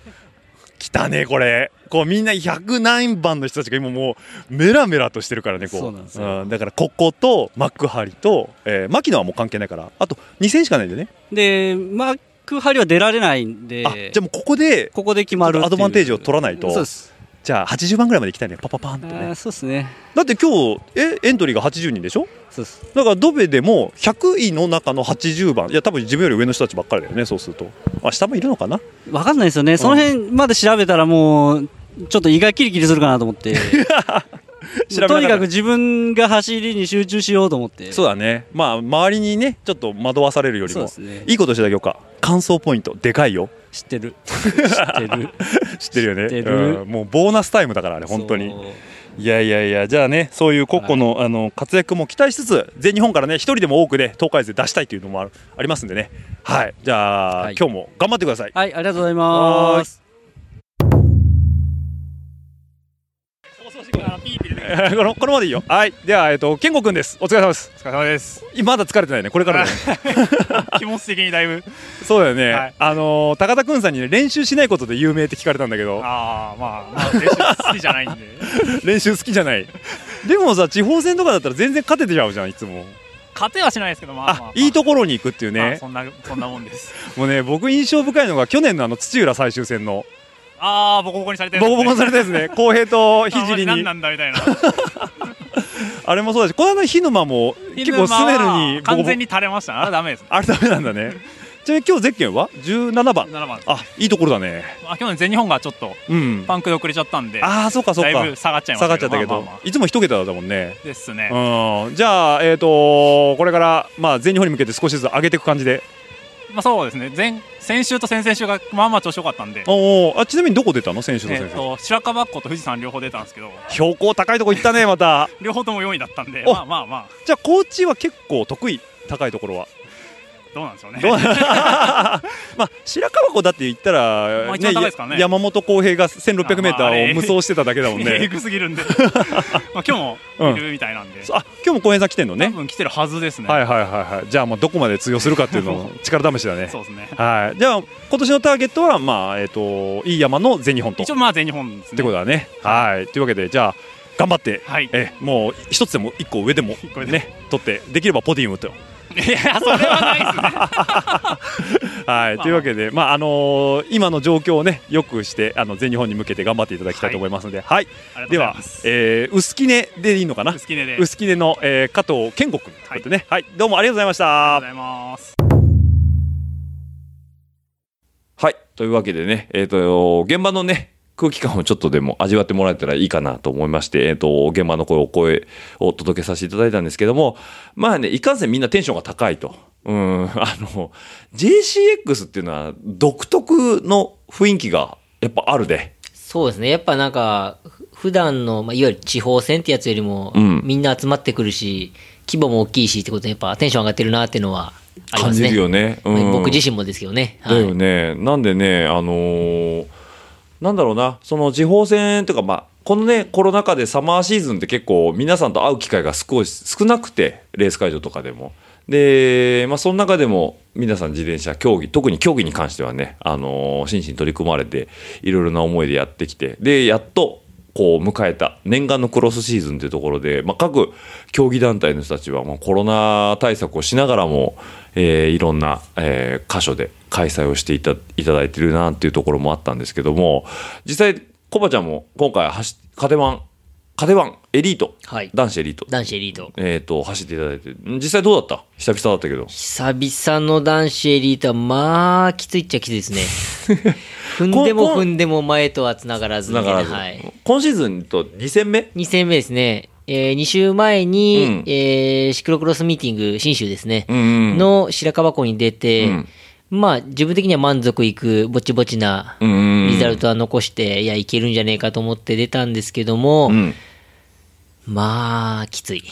来たねこれこうみんな100何番の人たちが今もうメラメラとしてるからねこう
そうなんです
うんだからこことマックハリと、えー、牧野はもう関係ないからあと2戦しかないんだよね
でマックハリは出られないんで
あじゃあもうここで
ここで決まるっていう
アドバンテージを取らないと
そうです
じゃあ80番ぐらいまで行きたいねパパパーンってねそうですねだって今日えエントリーが80人でしょそうですだからドベでも100位の中の80番いや多分自分より上の人たちばっかりだよねそうするとあ下もいるのかな
わかんないですよね。その辺まで調べたらもう、ちょっと胃がキリキリするかなと
[LAUGHS]
思って。
べながら
とにかく自分が走りに集中しようと思って。
そうだねまあ周りにねちょっと惑わされるより
そう
も、
ですね
いいことしてあげようか感想ポイントでかいよ
知ってる
知ってる [LAUGHS] 知ってるよね
る
うんもうボーナスタイムだからあれ本当にいやいやいやじゃあねそういう個々の,、あの活躍も期待しつつ全日本からね一人でも多くで、東海勢出したいというのもあるありますんでねはいじゃあ、今日も頑張ってください
はい、ありがとうございます。
このこのままでい [LAUGHS] いよ。はい。ではえっと健吾くんです。お疲れ様です。お疲れ様です。まだ疲れてないね。これからだね。
気持ち的にだいぶ
そうだよね。あのー高田くんさんにね練習しないことで有名って聞かれたんだけど、
ああまあ、まあ、練習好きじゃない
[LAUGHS]
んで
[LAUGHS] 練習好きじゃない。でもさ地方戦とかだったら全然勝ててちゃうじゃんいつも。
勝てはしないですけどまあまあ
いいところに行くっていう
まあ
ね。
そんなそんなもんです
もうね僕印象深いのが去年のあの土浦最終戦の
ああボコボコにされて
ボコボコにされたやつね。浩
[LAUGHS]
平と
ひじ
聖
り
に
何なんだみたいな
あれもそうだしこの間火沼も結構スネルにボコボコ
完全に垂れましたねあれダメですね
あれダメなんだね。ちなみに今日ゼッケンは17番。
7番
あいいところだね。
あ去年全日本がちょっと
うん
パンクで遅れちゃったんで、
ああそうかそうか。
だいぶ下がっちゃいました
下がっちゃったけど、
まあまあま
いつも一桁だもんね。
あですね、
うん。じゃあえっ、とこれからまあ全日本に向けて少しずつ上げていく感じで。
まあそうですね前先週と先々週がまあまあ調子良かったんで
おお。あちなみにどこ出たの選手と
え
選
っ
手。
と白樺湖と富士山両方出たんですけど
標高高いとこ行ったね
[LAUGHS]
また。
両方とも4位だったんで
お
まあまあまあ
じゃあ高知は結構得意高いところは。
どうなんでしょうね
どう [LAUGHS] まあ白川湖だって言ったら、
あ一番高いですからね
山本浩平が1600メータ
まああ
ー
れ
を無双してただけだもん
え [LAUGHS]
ね
ぐ。すぎる
[LAUGHS]
んでまあ今日もいるみたいなんで、
あ今日も浩平さん来てんのね。
多分来てるはずですね、
はいはいはいはい。じゃあもうどこまで通用するかっていう
[LAUGHS]
のも力試しだね。
そうですね
はい。じゃあ今年のターゲットはまあえっ、といい山の全日本と。
一応まあ全日本です
ってことだね。はい。というわけでじゃあ頑張って、えもう一つでも一個上でもね取ってできればポディウムと。 [LAUGHS] はい、というわけで、まああのー今の状況をねよくしてあの全日本に向けて頑張っていただきたいと思いますので、はい、
ありがとうご
で
ざい
は、えー、薄きねでいいのかな、薄
きねで
薄きねの、えー、加藤健吾君ということでね、はい、どうもありがとうございました。
ありがとうございます
はい。というわけでね、えっ、と、現場のね、空気感をちょっとでも味わってもらえたらいいかなと思いまして、えっ、と、現場の声、お声を届けさせていただいたんですけども、まあね、いかんせんみんなテンションが高いと。うん、あの、JCX っていうのは独特の雰囲気がやっぱあるで。
そうですね。やっぱなんか、ふ普段の、まあ、いわゆる地方戦ってやつよりも、
うん
みんな集まってくるし、規模も大きいしってことで、やっぱテンション上がってるなっていうのはあり
感
ますね。
じるよね。
まあ
うん
僕自身もですけどね。
だよね、なんでね、あのーなんだろうな、その地方選とか、まあ、このね、コロナ禍でサマーシーズンって結構、皆さんと会う機会が少し少なくて、レース会場とかでも。で、まあ、その中でも、皆さん自転車競技、特に競技に関してはね、あのー真摯に取り組まれて、いろいろな思いでやってきて、で、やっと、こう迎えた念願のクロスシーズンというところで、まあ、各競技団体の人たちは、まあ、コロナ対策をしながらも、えーいろんな、えー箇所で開催をしていたいただいてるなっていうところもあったんですけども実際コバちゃんも今回走っカテワンカテワンエリート、男子エリート
男子エリート、
えー、と走っていただいて実際どうだった久々だったけど
久々の男子エリートは、まあ、きついっちゃきつい
[LAUGHS]
ですね。踏んでも踏んでも前とは繋がらずみたいな
繋がらず
はい、
今シーズンと2戦目
?2 戦目ですね。え2週前に、
うん
えーシクロクロスミーティング、新州ですね、
うんうん
の白樺湖に出て、
うん
まあ、自分的には満足いく、ぼちぼちな
うんうんうん
リザルトは残して、いや、いけるんじゃねえかと思って出たんですけども、まあ、きつい。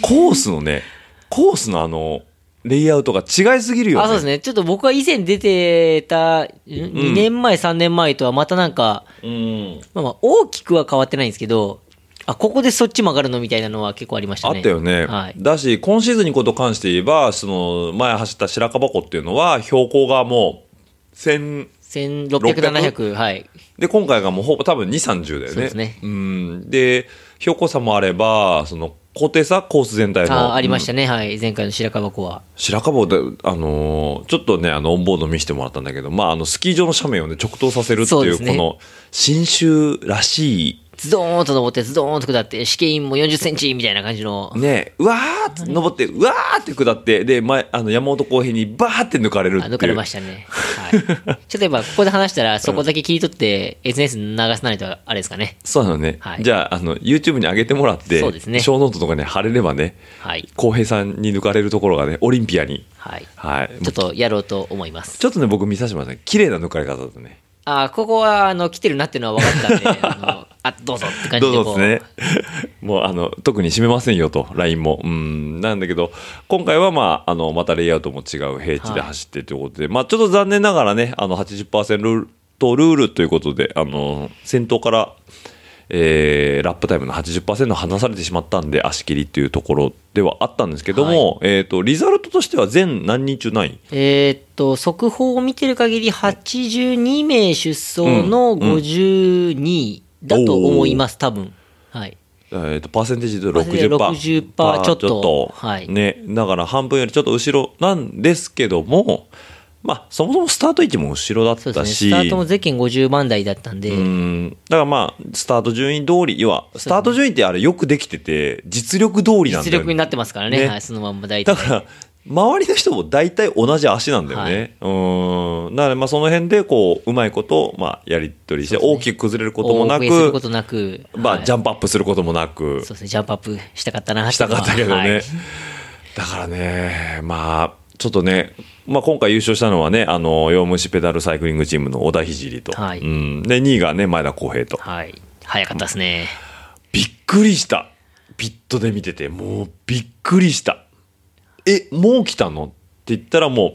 コースのねコースのあのレイアウトが違いすぎるよね
あ、そうですね。ちょっと僕は以前出てた、2年前、3年前とはまたなんか、
うん
まあまあ、大きくは変わってないんですけど、あ、ここでそっち曲がるのみたいなのは結構ありましたね。
あったよね。
はい。
だし、今シーズンにこと関して言えば、その、前走った白樺湖っていうのは、標高がもう、千、
千六百七百はい。
で、今回がもうほぼ多分2、30だよね。
そうですね
うん。で、標高差もあれば、その、
高低差コース全体の、
あありましたたね、はい前回の白樺湖は
白樺であのーちょっとねあのオンボード見せてもらったんだけどまああのスキー場の斜面をね直投させるって
そう
い
で
う
すね
この新州らしい
ズドーンと登ってズドーンと下って試験員も4 0ンチみたいな感
[LAUGHS]
じの
ねうわーって登ってうわーって下ってで前あの山本浩平にバーって抜かれるっていう
抜かれましたねちょっとやっぱここで話したらそこだけ切り取って SNS に流さないとあれですかね
そうなのね、じゃああの YouTube に上げてもらって
そうですね
ショーノートとかね貼れればね
はい
浩、平さんに抜かれるところがねオリンピアに
はい、
ちょっ
とやろうと思います
ちょっとね僕見させてもらった綺麗な抜かれ方だったね
ああここはあの来てるなっていうのは分かったんであのあどうぞって感じで
ど
こ
うぞですね [LAUGHS] もうあの特に閉めませんよと LINE もうんなんだけど今回はまああのまたレイアウトも違う平地で走ってということで、まあちょっと残念ながらねあの80%ルールということであの先頭から、えーラップタイムの80%離されてしまったんで足切りっていうところではあったんですけども、えっ、とリザルトとしては全何人中ない
えーっと速報を見てる限り82名出走の
うんうん
52位だと思います、多分はい
えー、とパーセンテージで
パーセン
60%
テージ60%ちょっとはい
ね、だから半分よりちょっと後ろなんですけども、まあ、そもそもスタート位置も後ろだった
ね
し、
スタートもゼッケン50番台だったんで、
うんだからまあスタート順位通り要はスタート順位ってあれよくできてて実力通りなんだよね
実力になってますからね
ね
はい、そのまんま大体
だから周りの人も大体同じ足なんだよね、うんだからまあその辺でこううまいことまあやり取りして大きく崩れることもな
大
く
食いすることなく、
まあ、ジャ
ン
ンプアップすることもなく
そうですねジャンプアップしたかったな
したかったけどね、
はい
だからねまあちょっとね、まあ、今回優勝したのはねあのヨウムシペダルサイクリングチームの小田聖と、うん、で2位がね前田航平と、
早かったですね
びっくりしたピットで見ててもうびっくりしたえもう来たのって言ったらもう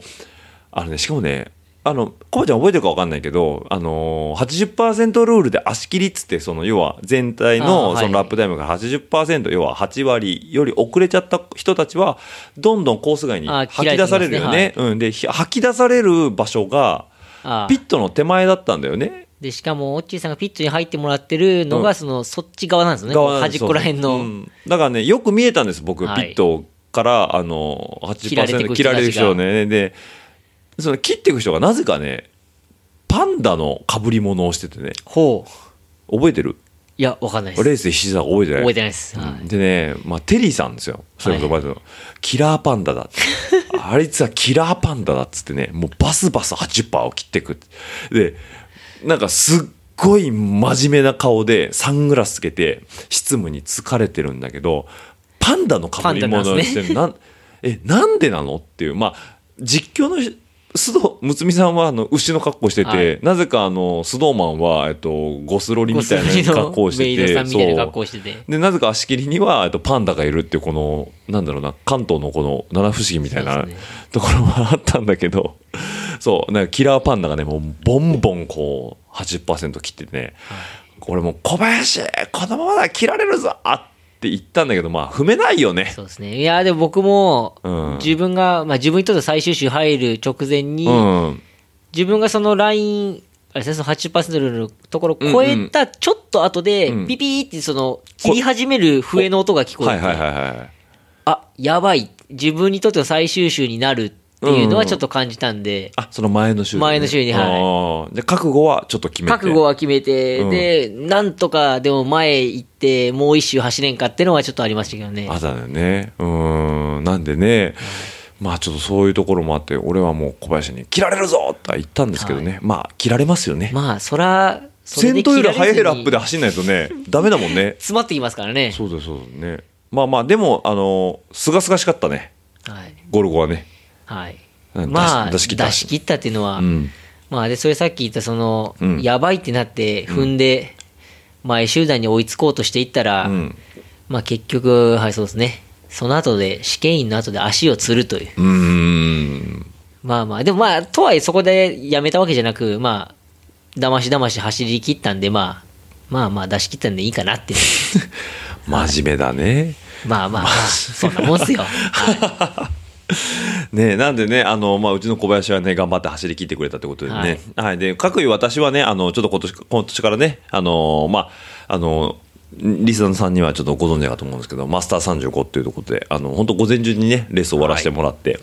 あのねしかもねあのコバちゃん覚えてるか分かんないけど、あのー、80%ルールで足切りっつってその要は全体
あー
の
はい
そのラップタイムが80%、要は8割より遅れちゃった人たちはどんどんコース外に
あー
吐き出されるよね。うん、でひ吐き出される場所が
あ
ピットの手前だったんだよね。
でしかもオッチーさんがピットに入ってもらってるのが、
うん
そのそっち側なんですよね
側なんで
端
す
っこら辺の、
そうそううんだからねよく見えたんです僕、
はい
ピットからあの
切られて
80%
く人たちが
切られる人をねでその切っていく人がなぜかねパンダの被り物をしててね
ほ
う覚えてる
いやわかんないです
レースで膝が覚えてない
覚えてないです、
うんでね、まあ、テリーさんですよそれこそバイトのキラーパンダだってあいつはキラーパンダだっつってねもうバスバス80%を切ってくでなんかすっごい真面目な顔でサングラスつけて執務に疲れてるんだけどパンダの被り物をしてるなん、えなんでなのっていうまあ実況のし須藤睦美さんはあの牛の格好してて、
はい
なぜかあの須藤マンは、えっと、ゴスロリみたいな格好をしてて
メイドさんみたいな格
そう
好してて
でなぜか足切りにはえっとパンダがいるっていうこのなんだろうな関東のこの七不思議みたいなところもあったんだけどそうなんかキラーパンダがねもうボンボンこう80%切っててねこれもう小林このままだ切られるぞって言ったんだけどまあ踏めないよね
そうですねいやでも僕も
うん
自分が、まあ、自分にとって最終週入る直前に、
うん
自分がそのラインあれですね、その80%のところを超えたちょっと後で、
うん
ピピーってその切り始める笛の音が聞こ
は
え
い
て、
はいはいはい
あやばい自分にとっての最終週になるっていうの
う
は
ん
ちょっと感じたんで、
あその前の週にね
前の週にはい
あーで覚悟はちょっと決めて
覚悟は決めて、
うん
で、なんとかでも前行って、もう一周走れんかってのはちょっとありましたけどね。
あだよね。うーん。なんでね、まあちょっとそういうところもあって、俺はもう小林に、切られるぞとは言ったんですけどね。まあ、切られますよね。
まあ、そら、それ
先
で
頭より速
切られず
い
に
ラップで走んないとね、ダメだもんね。
[LAUGHS] 詰まってきますからね。
そうです、そうですね。まあまあ、でも、あの、すがすがしかったね。
はい。
ゴルゴはね。
はい。
うん
まあ、
出
出
し
し
切った
切ったっていうのは、
うん
まあ、で、それさっき言った、その、
うん
やばいってなって踏んで、前集団に追いつこうとしていったら、まあ、結局、はい、そうですね。その後で、試験員の後で足をつるという。
うーん。
まあまあ、でもまあ、とはいえそこでやめたわけじゃなく、まあ、だましだまし走り切ったんで、まあ、まあまあ出し切ったんでいいかなっていう。
真面目だね。
まあまあまあ、そんなもんっすよ。
ねなんでね、あの、まあ、うちの小林はね、頑張って走り切ってくれたってことでね。は
はいい。
で、各位私はね、あの、ちょっと今年、今年からね、あのまあ、あのリスナーさんにはちょっとご存知かと思うんですけどマスター35っていうところであの本当午前中にねレース終わらせてもらって、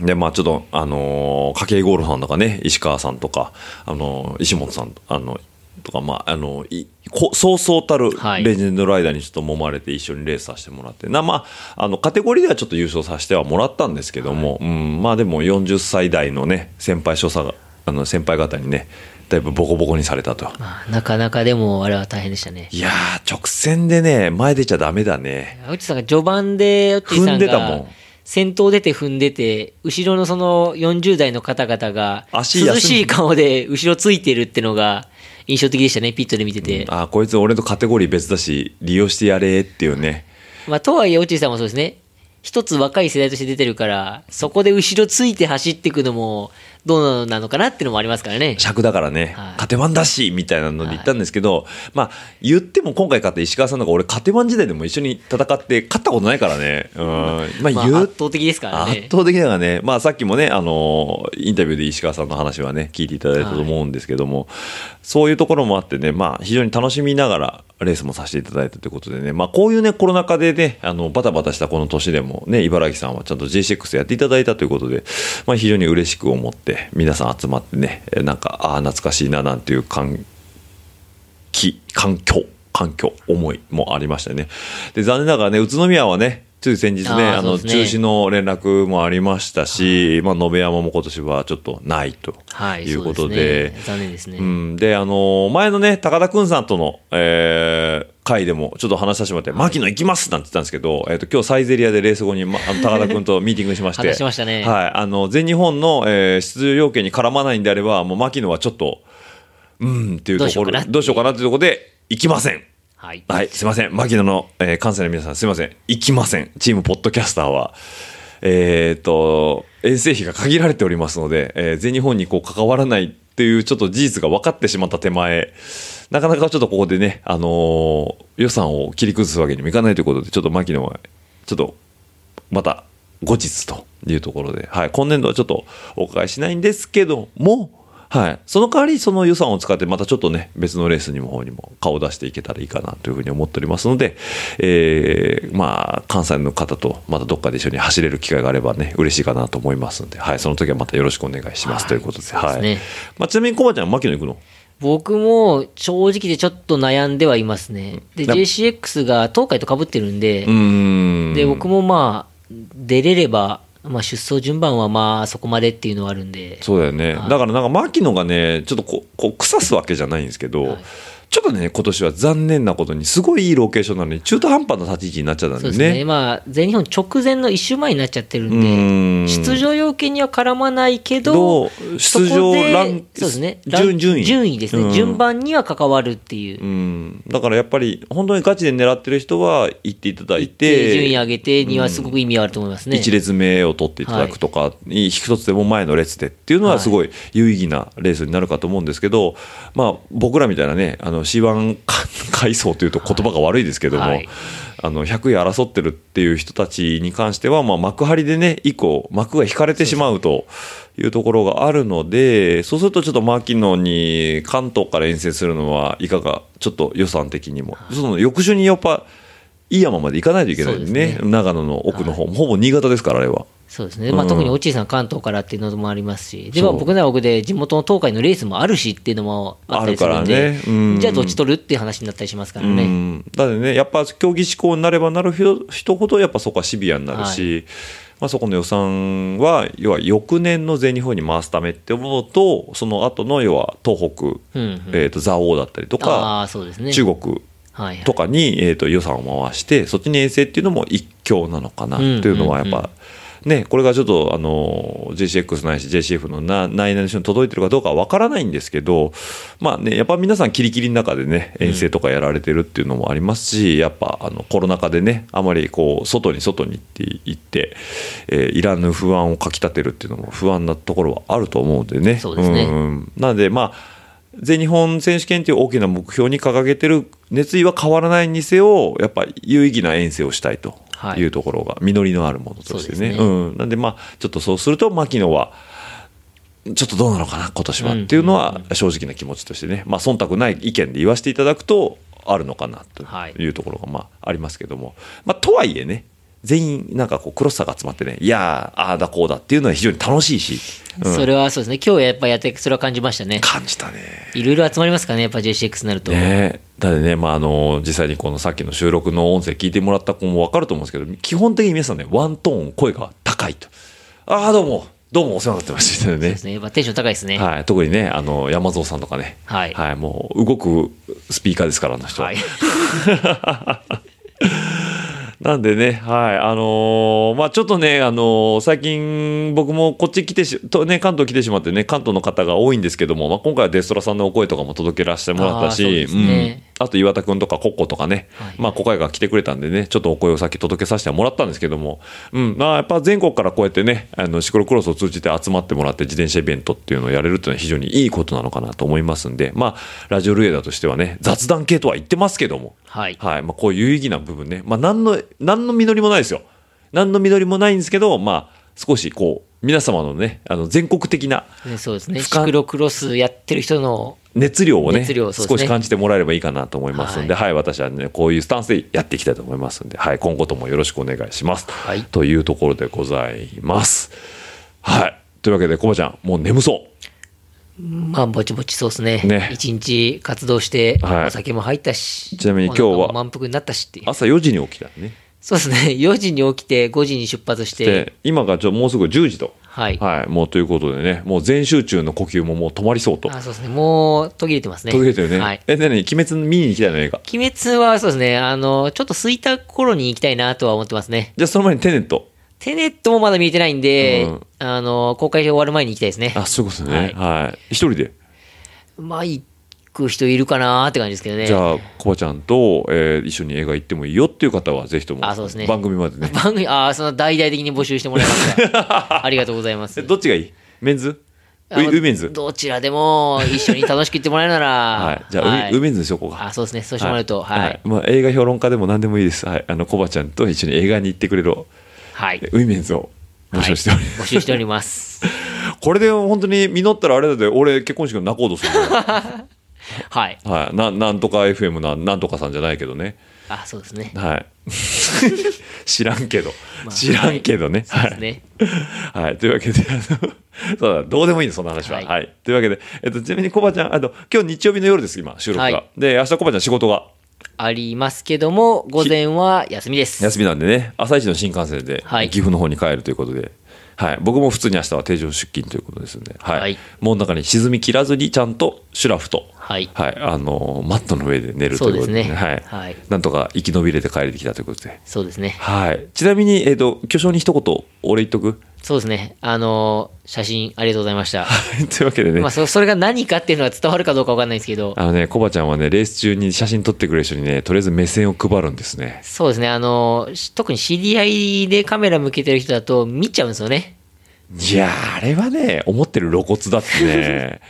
でまあちょっとあのー、家計ゴールフさんとかね石川さんとかあのー石本さんあのとかまああのいこそうそうたるレジェンドライダーにちょっと揉まれて一緒にレースさせてもらってなまああのカテゴリーではちょっと優勝させてはもらったんですけども、うんまあでも40歳代のね先輩所作があの先輩方にねだいぶボコボコにされたと。
なかなかでも、あれは大変でしたね。
いやー、直線でね、前出ちゃダメだね。
うちさんが序盤で、うち
踏
さん
んでたも
が
ん、
先頭出て踏んでて、後ろのその40代の方々が、
足休ん
涼しい顔で後ろついてるってのが印象的でしたね、ピットで見てて。
あーこいつ俺とカテゴリー別だし、利用してやれっていうね。
まあ、とはいえ、落合さんもそうですね。一つ若い世代として出てるから、そこで後ろついて走っていくのも、どうなのかなっていうのもありますからね。
尺だからね、カテマンだし、みたいなので言ったんですけど、まあ、言っても今回勝った石川さんの方が俺、カテマン時代でも一緒に戦って、勝ったことないからね。うん。まあ、
まあ
言う
圧倒的ですからね
圧。倒的だからね、まあ、さっきもね、あのインタビューで石川さんの話はね、聞いていただいたと思うんですけども、そういうところもあってね、まあ、非常に楽しみながらレースもさせていただいたということでね、まあ、こういうね、コロナ禍でね、あのバタバタしたこの年でもね、茨城さんはちゃんと J6 やっていただいたということで、まあ、非常に嬉しく思って、皆さん集まってね、えなんか、ああ、懐かしいななんていう感気環境環境思いもありましたねで残念ながらね宇都宮はねつい先日ね
あー
あの
そ
中
うです
止
ね
の連絡もありましたし、まあ、延山も今年はちょっとないと
はい、
いう
そ
こ
うで
と
す
で
ね。残念ですね。
うん、であの前のね高田くんさんとの、えー回でもちょっと話させてもらって「牧野行きます!」なんて言ったんですけど、えー、と今日サイゼリアでレース後に、ま、あの高田くんとミーティングしまして
[LAUGHS] 話しましたね
はい、あの全日本の、えー出場要件に絡まないんであればもう牧野はちょっとうんっていうところどうしようかなっていうところで行きません。
はい、
すいません牧野の、えー関西の皆さんすいません行きませんチームポッドキャスターは。えー、と遠征費が限られておりますので、えー全日本にこう関わらないっていうちょっと事実が分かってしまった手前なかなかちょっとここでね、あのー予算を切り崩すわけにもいかないということでちょっと牧野はちょっとまた後日というところで、はい、今年度はちょっとお伺いしないんですけども、はい、その代わりその予算を使ってまたちょっとね別のレースにも方にも顔を出していけたらいいかなというふうに思っておりますので、えーまあ関西の方とまたどっかで一緒に走れる機会があればね嬉しいかなと思いますので、はい、その時はまたよろしくお願いしますということで,、はいまあ、ちなみにコバちゃん牧野行くの
僕も正直でちょっと悩んではいますね。で、
だ
JCX が東海と被ってるんで
う、ーん
で、僕もまあ、出れれば、まあ、出走順番はまあ、そこまでっていうのはあるんで、
そうだよね、だからなんか牧野がねちょっとこうこう腐すわけじゃないんですけど、ちょっとね今年は残念なことにすごいいいロケーションなのに中途半端な立ち位置になっちゃったん
そ
で
うですすね。
ね。
まあ、全日本直前の一周前になっちゃってる
うん
で、
ーん
出場要件には絡まないけど、
どう出場
そこで
ラン
そうですね、ラ
順
ン
順位
順位ですね、
うん
順番には関わるっていう、
うん、だからやっぱり本当にガチで狙ってる人は行っていただい
で
て
順位上げてにはすごく意味があると思いますね。
一列目を取っていただくとか、一つでも前の列でっていうのはすごい有意義なレースになるかと思うんですけど、まあ、僕らみたいなねあの C1 階層というと言葉が悪いですけども、あの100位争ってるっていう人たちに関しては、まあ、幕張でね以降幕が引かれてしまうというところがあるのでそうするとちょっと牧野に関東から遠征するのはいかがちょっと予算的にも。その翌週にやっぱいい山まで行かないといけないんでね長野の奥の方、ほぼ新潟ですからあれは
そうですねまあ、特に
うん
おちいさん、関東からっていうのもありますし、で
そう
まあ僕なら僕で地元の東海のレースもあるしっていうのもあったりするん
あ
で、
るからねうん
じゃあ、どっち取るっていう話になったりしますからね。
うんだってねやっぱ競技志向になればなるひど人ほどやっぱそこはシビアになるし、まあ、そこの予算は要は翌年の全日本に回すためって思うとその後の要は東北、
うんうん
えー、と蔵王だったりと
あー
か、
そうですね
中国
はいはい
とかに、えー、と予算を回してそっちに遠征っていうのも一強なのかな
う
と
んうんうん
いうのはやっぱ。ね、これがちょっと、あの JCX ないし JCF のな内々の人に届いてるかどうかは分からないんですけど、まあね、やっぱ皆さん、キリキリの中でね、遠征とかやられてるっていうのもありますし、やっぱあのコロナ禍でね、あまりこう外に外にって言って、えーいらぬ不安をかきたてるっていうのも不安なところはあると思うんでね。そう
ですね
んなので、まあ全日本選手権という大きな目標に掲げてる熱意は変わらないにせよやっぱ有意義な遠征をしたいというところが、実りのあるものとしてね
そうですね
うん、なんでまあちょっとそうすると牧野はちょっとどうなのかな今年はっていうのは正直な気持ちとしてね、まあ忖度ない意見で言わせていただくとあるのかなというところがまあありますけども、まあ、とはいえね全員なんかこうクロスさが集まってねいやーああだこうだっていうのは非常に楽しいし、うん
それはそうですね。今日やっぱやって、それは感じましたね。
感じたね。
いろいろ集まりますからね、やっぱ JCX になると。
ねえだってね、まあ、あの実際にこのさっきの収録の音声聞いてもらった子も分かると思うんですけど基本的に皆さんねワントーン声が高いとああどうもどうもお世話になってましたね
ねやっぱテンション高いですね。
はい、特にねあの山蔵さんとかね、
はい
もう動くスピーカーですからあの人は、 [LAUGHS] なんでね、はい、あのーまあちょっとね、あのー最近僕もこっち来てし、とね、関東来てしまってね、関東の方が多いんですけども、まあ今回はデストラさんのお声とかも届けらせてもらった
あー
し、
そうですね
うんあと岩田くんとかコッコとかね、まあコカイが来てくれたんでね、ちょっとお声を先届けさせてもらったんですけども、うん、まあやっぱ全国からこうやってね、あの、シクロクロスを通じて集まってもらって自転車イベントっていうのをやれるっていうのは非常にいいことなのかなと思いますんで、まあラジオルエダとしてはね、雑談系とは言ってますけども、
はい。
まあ、こういう有意義な部分ね。まあ、何の、何の実りもないですよ。何の実りもないんですけど、まあ、少しこう、皆様のね、あの、全国的な
ねそうですね。シクロクロスやってる人の、
熱量をね、
熱量そうです
少
ね
し感じてもらえればいいかなと思いますんで、はい、私はね、こういうスタンスでやっていきたいと思いますんで、はい、今後ともよろしくお願いします。というところでございます。はい。というわけで、コバちゃん、もう眠そ
まあ、ぼちぼちそうですね。
ね
一日活動して、
はい
お酒も入ったし、
ちなみに今日は
お腹も満腹になったしっていう
う。。朝4時に起きたね。
そうですね。4時 [LAUGHS] に起きて、5時に出発して
で、、今がちょもうすぐ10時と。
はい。
もうということでね、もう全集中の呼吸ももう止まりそうと。
あそうですね。もう途切れてますね。
途切れてるね。
はい。
え、なに、鬼滅見に行きたいの映画。
鬼滅はそうですね、あの、ちょっと空いた頃に行きたいなとは思ってますね。
じゃあその前にテネット。
テネットもまだ見えてないんで、
うん
あの、公開終わる前に行きたいですね。
あ、そういうことね。はい。一人で。
まあ、行く人いるかなーって感じですけどね。
じゃあ、コバちゃんと、えー一緒に映画行ってもいいよっていう方は、ぜひとも、
あそうですね
番組までね。
番組、ああ、その大々的に募集してもらいま
[LAUGHS]
した。ありがとうございます。
どっちがいいメンズ
あ
ウ
の
イウイメンズ
どちらでも一緒に楽しく行ってもらえるなら。
はい。じゃあ、ウイウイメンズにしとこうか。
あそうですね。そうしてもらえると、はい。はい。
まあ、映画評論家でも何でもいいです。はい。あの、コバちゃんと一緒に映画に行ってくれる、ウイメンズを募集しております。
募集しております。
[LAUGHS] これで本当に実ったらあれだって、俺結婚式の仲人するから。
はい。
はい、ななんとか FM ななんとかさんじゃないけどね、
あ、そうですね。
はい、 [LAUGHS] 知らんけど、
まあ
知らんけどね。
はい
はい
そうで
はい、というわけで、あの [LAUGHS] そうだ、どうでもいいんですそんな話は、はいというわけで、えっと、ちなみにコバちゃん、あの今日日曜日の夜です、今、収録が。
はい
で、明日コバちゃん、仕事が
ありますけども、午前は休みです。
休みなんでね、朝一の新幹線で、岐阜の方に帰るということで。はい、僕も普通に明日は定常出勤ということですんで、はいもう中に沈み切らずにちゃんとシュラフと、
はい
あのマットの上で寝るということで,、
そうですね
はい
はい
なんとか生き延びれて帰れてきたということで、
そうですね。
はい、ちなみに、えっと巨匠に一言お礼言っとく
そうですね。あのー写真ありがとうございました。
[LAUGHS] というわけでね、
まあそ、それが何かっていうのは伝わるかどうかわかんないんですけど、
あのねコバちゃんはねレース中に写真撮ってくれる人にねとりあえず目線を配るんですね
そうですね。あのーし特に知り合いでカメラ向けてる人だと見ちゃうんですよね。
いやーあれはね思ってる露骨だって
[LAUGHS]
ね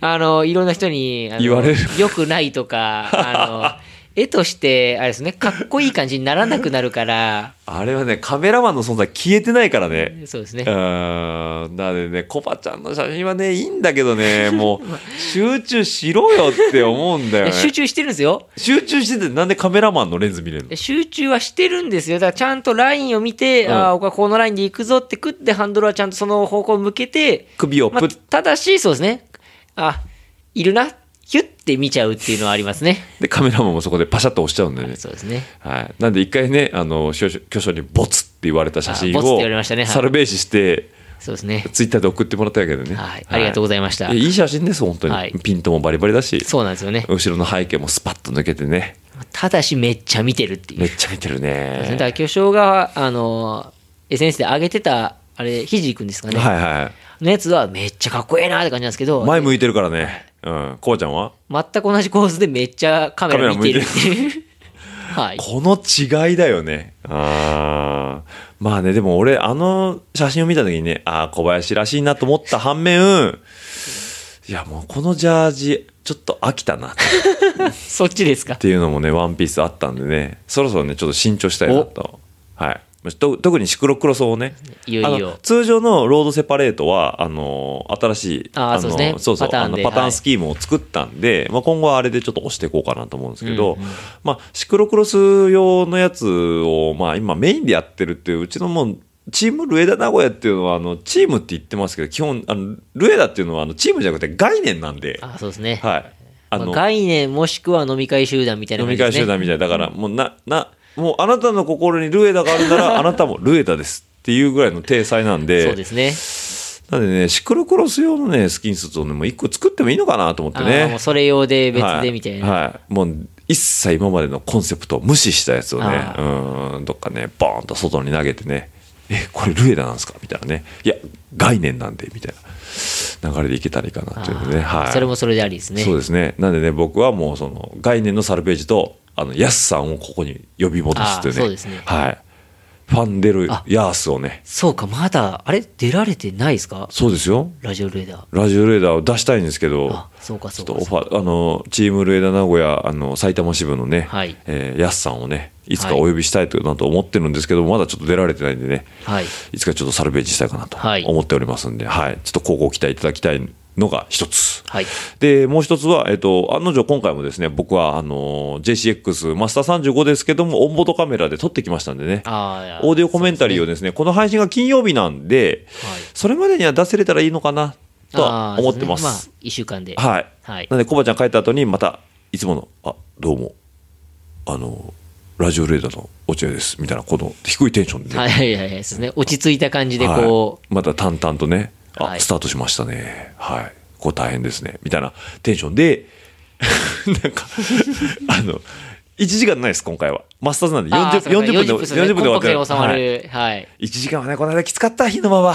あのーいろんな人に、あのー
言われる
良くないとか、あ
[LAUGHS]
のー絵として、あれですね、かっこいい感じにならなくなるから、
あれはねカメラマンの存在消えてないからね
そうですね
う。ーんなのでねコバちゃんの写真はねいいんだけど
[LAUGHS]
ねもう集中しろよって思うんだよ
い
ね
や集中してるんですよ。
集中しててなんでカメラマンのレンズ見れるの
集中はしてるんですよ。だからちゃんとラインを見て、
うん
ああ、僕はこのラインで行くぞって食って、ハンドルはちゃんとその方向を向けて、
首を
まあ
プッ
ただし、そうですね。あ、いるな、ヒュッて見ちゃうっていうのはありますね。
でカメラマンもそこでパシャッと押しちゃうんだよね
そうですね。
はい、なんで一回ねあの巨匠巨匠にボツって言われた写真
あボツって
を
言われましたねはい
サルベージして
そうですね
ツイッターで送ってもらったわけでね、はい
ありがとうございました
やいい写真です本当に、
はい
ピントもバリバリだし
そうなんですよね
後ろの背景もスパッと抜けてね
ただし、めっちゃ見てるっていう。
めっちゃ見てる
ですね
ね
だから巨匠が、あの、SNS で上げてた、あれ、ひじくんですかね。
はいはい
のやつは、めっちゃかっこええなって感じなんですけど、
前向いてるからねうんこうちゃんは
全く同じ構図でめっちゃカメラ見てるっていう。 [LAUGHS] はい。
この違いだよね。あーまあね、でも俺、あの写真を見た時にね、ああ、小林らしいなと思った反面、いや、もうこのジャージ、ちょっと飽き
[LAUGHS]
たな。そ
っちですか。
っていうのもね、ワンピースあったんでね、そろそろね、ちょっと新調したいなと。はい。と特にシクロクロスをね
いよいよ
あの通常のロードセパレートはあの新しい
あー
の
そうですね
そうそう
パター
あ
ン
の
で
パター
は
ン
い
スキームを作ったんで、まあ、今後はあれでちょっと押していこうかなと思うんですけど、まあ、シクロクロス用のやつを、まあ、今メインでやってるっていううちのもうチームルエダ名古屋っていうのはあのチームって言ってますけど基本あのルエダっていうのはあのチームじゃなくて概念なんで
あそうですね
はいあ
まあ概念もしくは飲み会集団みたいな
飲
感
み会
じです、ね、
集団みたいなだからもうななもうあなたの心にルエダがあるな
[LAUGHS]
らあなたもルエダですっていうぐらいの体裁なんで
そうですね
なんでねシクロクロス用のねスキンスーツをねもう一個作ってもいいのかなと思って
あ
ね
ーもうそれ用で別でみたいな、
はい、はいもう一切今までのコンセプトを無視したやつをね
あ
うんどっかねボーンと外に投げてねえこれルエダなんですかみたいなねいや概念なんでみたいな流れでいけたらいいかなというのでねはい
それもそれでありですね
そうですね。なんでね、僕はもうその概念のサルベージと、あの、ヤスさんをここに呼び戻すというね。
あーそうですね
はい。ファンデル・ヤースをね。
そうかまだあれ出られてないですか
そうですよ。
ラジオレーダー
ラジオレーダーを出したいんですけど、
そうか
ち
そ
ょっ
う
と
か
オファー、あの、チームレーダー名古屋、あの、埼玉支部のね、
はい
えーヤスさんをね、いつかお呼びしたいとなと思ってるんですけど、まだちょっと出られてないんでね、
はい
いつかちょっとサルベージしたいかなと思っておりますんで、はい。ちょっと高校期待いただきたいのが一つ。
はい
で、もう一つは、えっと、案の定今回もですね、僕は、あの、JCX マスター35ですけども、オンボードカメラで撮ってきましたんでね、
あ
オーディオコメンタリーをですね、この配信が金曜日なんで、それまでには出せれたらいいのかな、とは
あー
思ってます。
そうでねまあ、1週間では
はい。
はい
なんで、コバちゃん帰った後に、また、いつもの、あ、どうも、あの、ラジオレーダーの落合です、みたいな、この低いテンションでね、
はいはいはいそうですね落ち着いた感じでこ
はいまた淡々とね、あ、スタートしましたね。はい。こう大変ですね。みたいなテンションで、 [LAUGHS] なんか、あの、1時間ないです、今回は。マスターズなん
う、
で
あー
40、
そうか
40分で、
40
40
分
分で
で
終わって
コンパクトに収まるはい
1時間はね、この間きつかった、日のまま。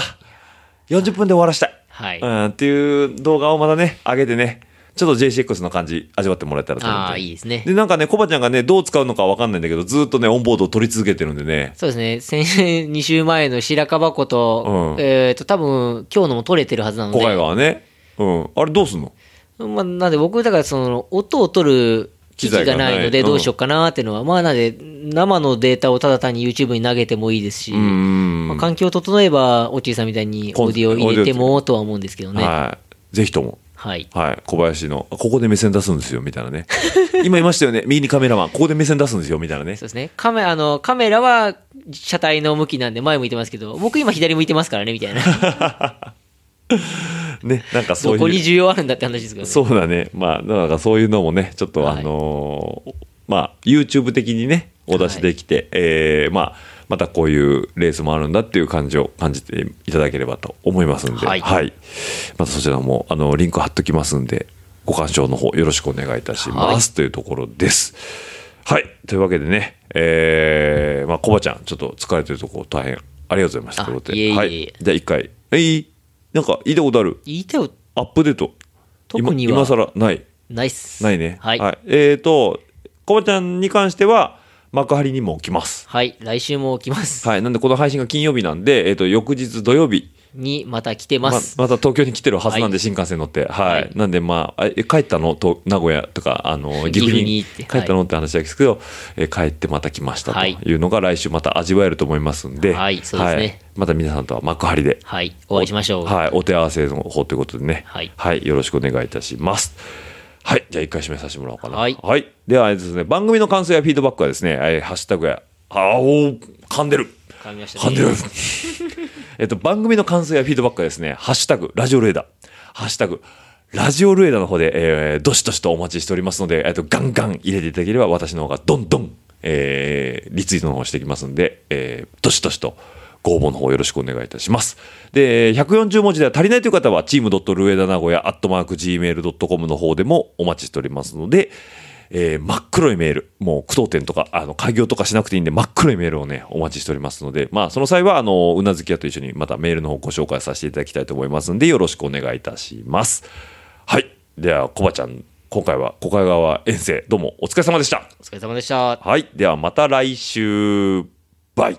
40分で終わらしたい。
はい
うん、っていう動画をまたね、上げてね、ちょっと JCX の感じ、味わってもらえたらと思
あ
っ
あ
て。
いいですね
で、なんかね、コバちゃんがね、どう使うのかわかんないんだけど、ずーっとね、オンボードを取り続けてるんでね。
そうですね先2週前の白樺湖と、
うん
えっ、と多分今日のも取れてるはずなの
小貝
で、
川ね。うん。あれどうすんの
まあ、なんで僕だからその音を取る機器がないの
機材がない
で
うん
どうしようかなっていうのは、まあなんで生のデータをただ単に YouTube に投げてもいいですし、まあ環境を整えばおちいさんみたいにオーディオ入れてもとは思うんですけどね
はい。ぜひとも。
はい。
小林の、ここで目線出すんですよ、みたいなね。今いましたよね。右にカメラマン、ここで目線出すんですよ、みたいなね。
そうですね。カメあのカメラは車体の向きなんで前向いてますけど僕今左向いてますからねみたいな
ね、なんかそう
どこに
いう。
需要あるんだって話ですけどね
そうだね。まあ、なんかそういうのもね、ちょっとあのーまあ、YouTube 的にね、お出しできて、えーまあ、またこういうレースもあるんだっていう感じを感じていただければと思いますんで、
はい
またそちらも、あの、リンク貼っときますんで、ご鑑賞の方よろしくお願いいたします、
はい
というところです。はい。というわけでね、えー、まあ、コバちゃん、ちょっと疲れてるところ大変ありがとうございました。ということで
いえいえいえ
はい。じゃあ一回、えいなんか言いたいことある
言いたいこと
アップデート。
特には
今今更ない。
ナイス
ないね。
はい
えっ、と、コバちゃんに関しては、幕張にも来ます。
はい来週も来ます
はい。なんで、この配信が金曜日なんで、えっ、と、翌日土曜日。
にまた来てます、
ままた東京に来てるはずなんで、新幹線乗って、はいなんで、まあ、あえ帰ったのと名古屋とかあの岐
岐
阜
阜
に
に行って
帰ったのって話ですけど、え帰ってまた来ましたというのが来週また味わえると思いますんで,、はい
そうですね
また皆さんとは幕張で、
はいお会いしましょう
はい、お手合わせの方ということでね、
はい
よろしくお願いいたします。はい。じゃあ、一回締めさせてもらおうかな。
はい
では、あれですね、番組の感想やフィードバックはですね、えーハッシュタグや、あーおー噛んでる。
噛みまし
噛
たね
んでる。えっと、番組の感想やフィードバックはですね、ハッシュタグ、ラジオルエダ、ハッシュタグ、ラジオルエダの方で、えーどしどしとお待ちしておりますので、えっと、ガンガン入れていただければ、私の方がどんどん、えーリツイートの方をしていきますので、えーどしどしとご応募の方よろしくお願いいたします。で、140文字では足りないという方は、チームルエダ名古屋、アットマーク Gmail.com の方でもお待ちしておりますので、えー真っ黒いメール、もう、苦闘点とか、あの、開業とかしなくていいんで、真っ黒いメールをね、お待ちしておりますので、まあ、その際は、あの、うなずき屋と一緒に、またメールの方ご紹介させていただきたいと思いますんで、よろしくお願いいたします。はい。では、コバちゃん、今回は、小海川遠征、どうもお疲れ様でした。
お疲れ様でした
はい。では、また来週、バイ。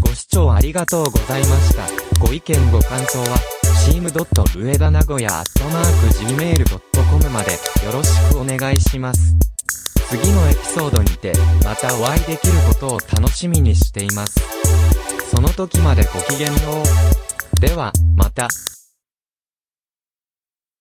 ご視聴ありがとうございました。ご意見ご感想は、チームドット上田名古屋アットマーク Gmail.com までよろしくお願いします。次のエピソードにてまたお会いできることを楽しみにしていますその時までごきげんようではまた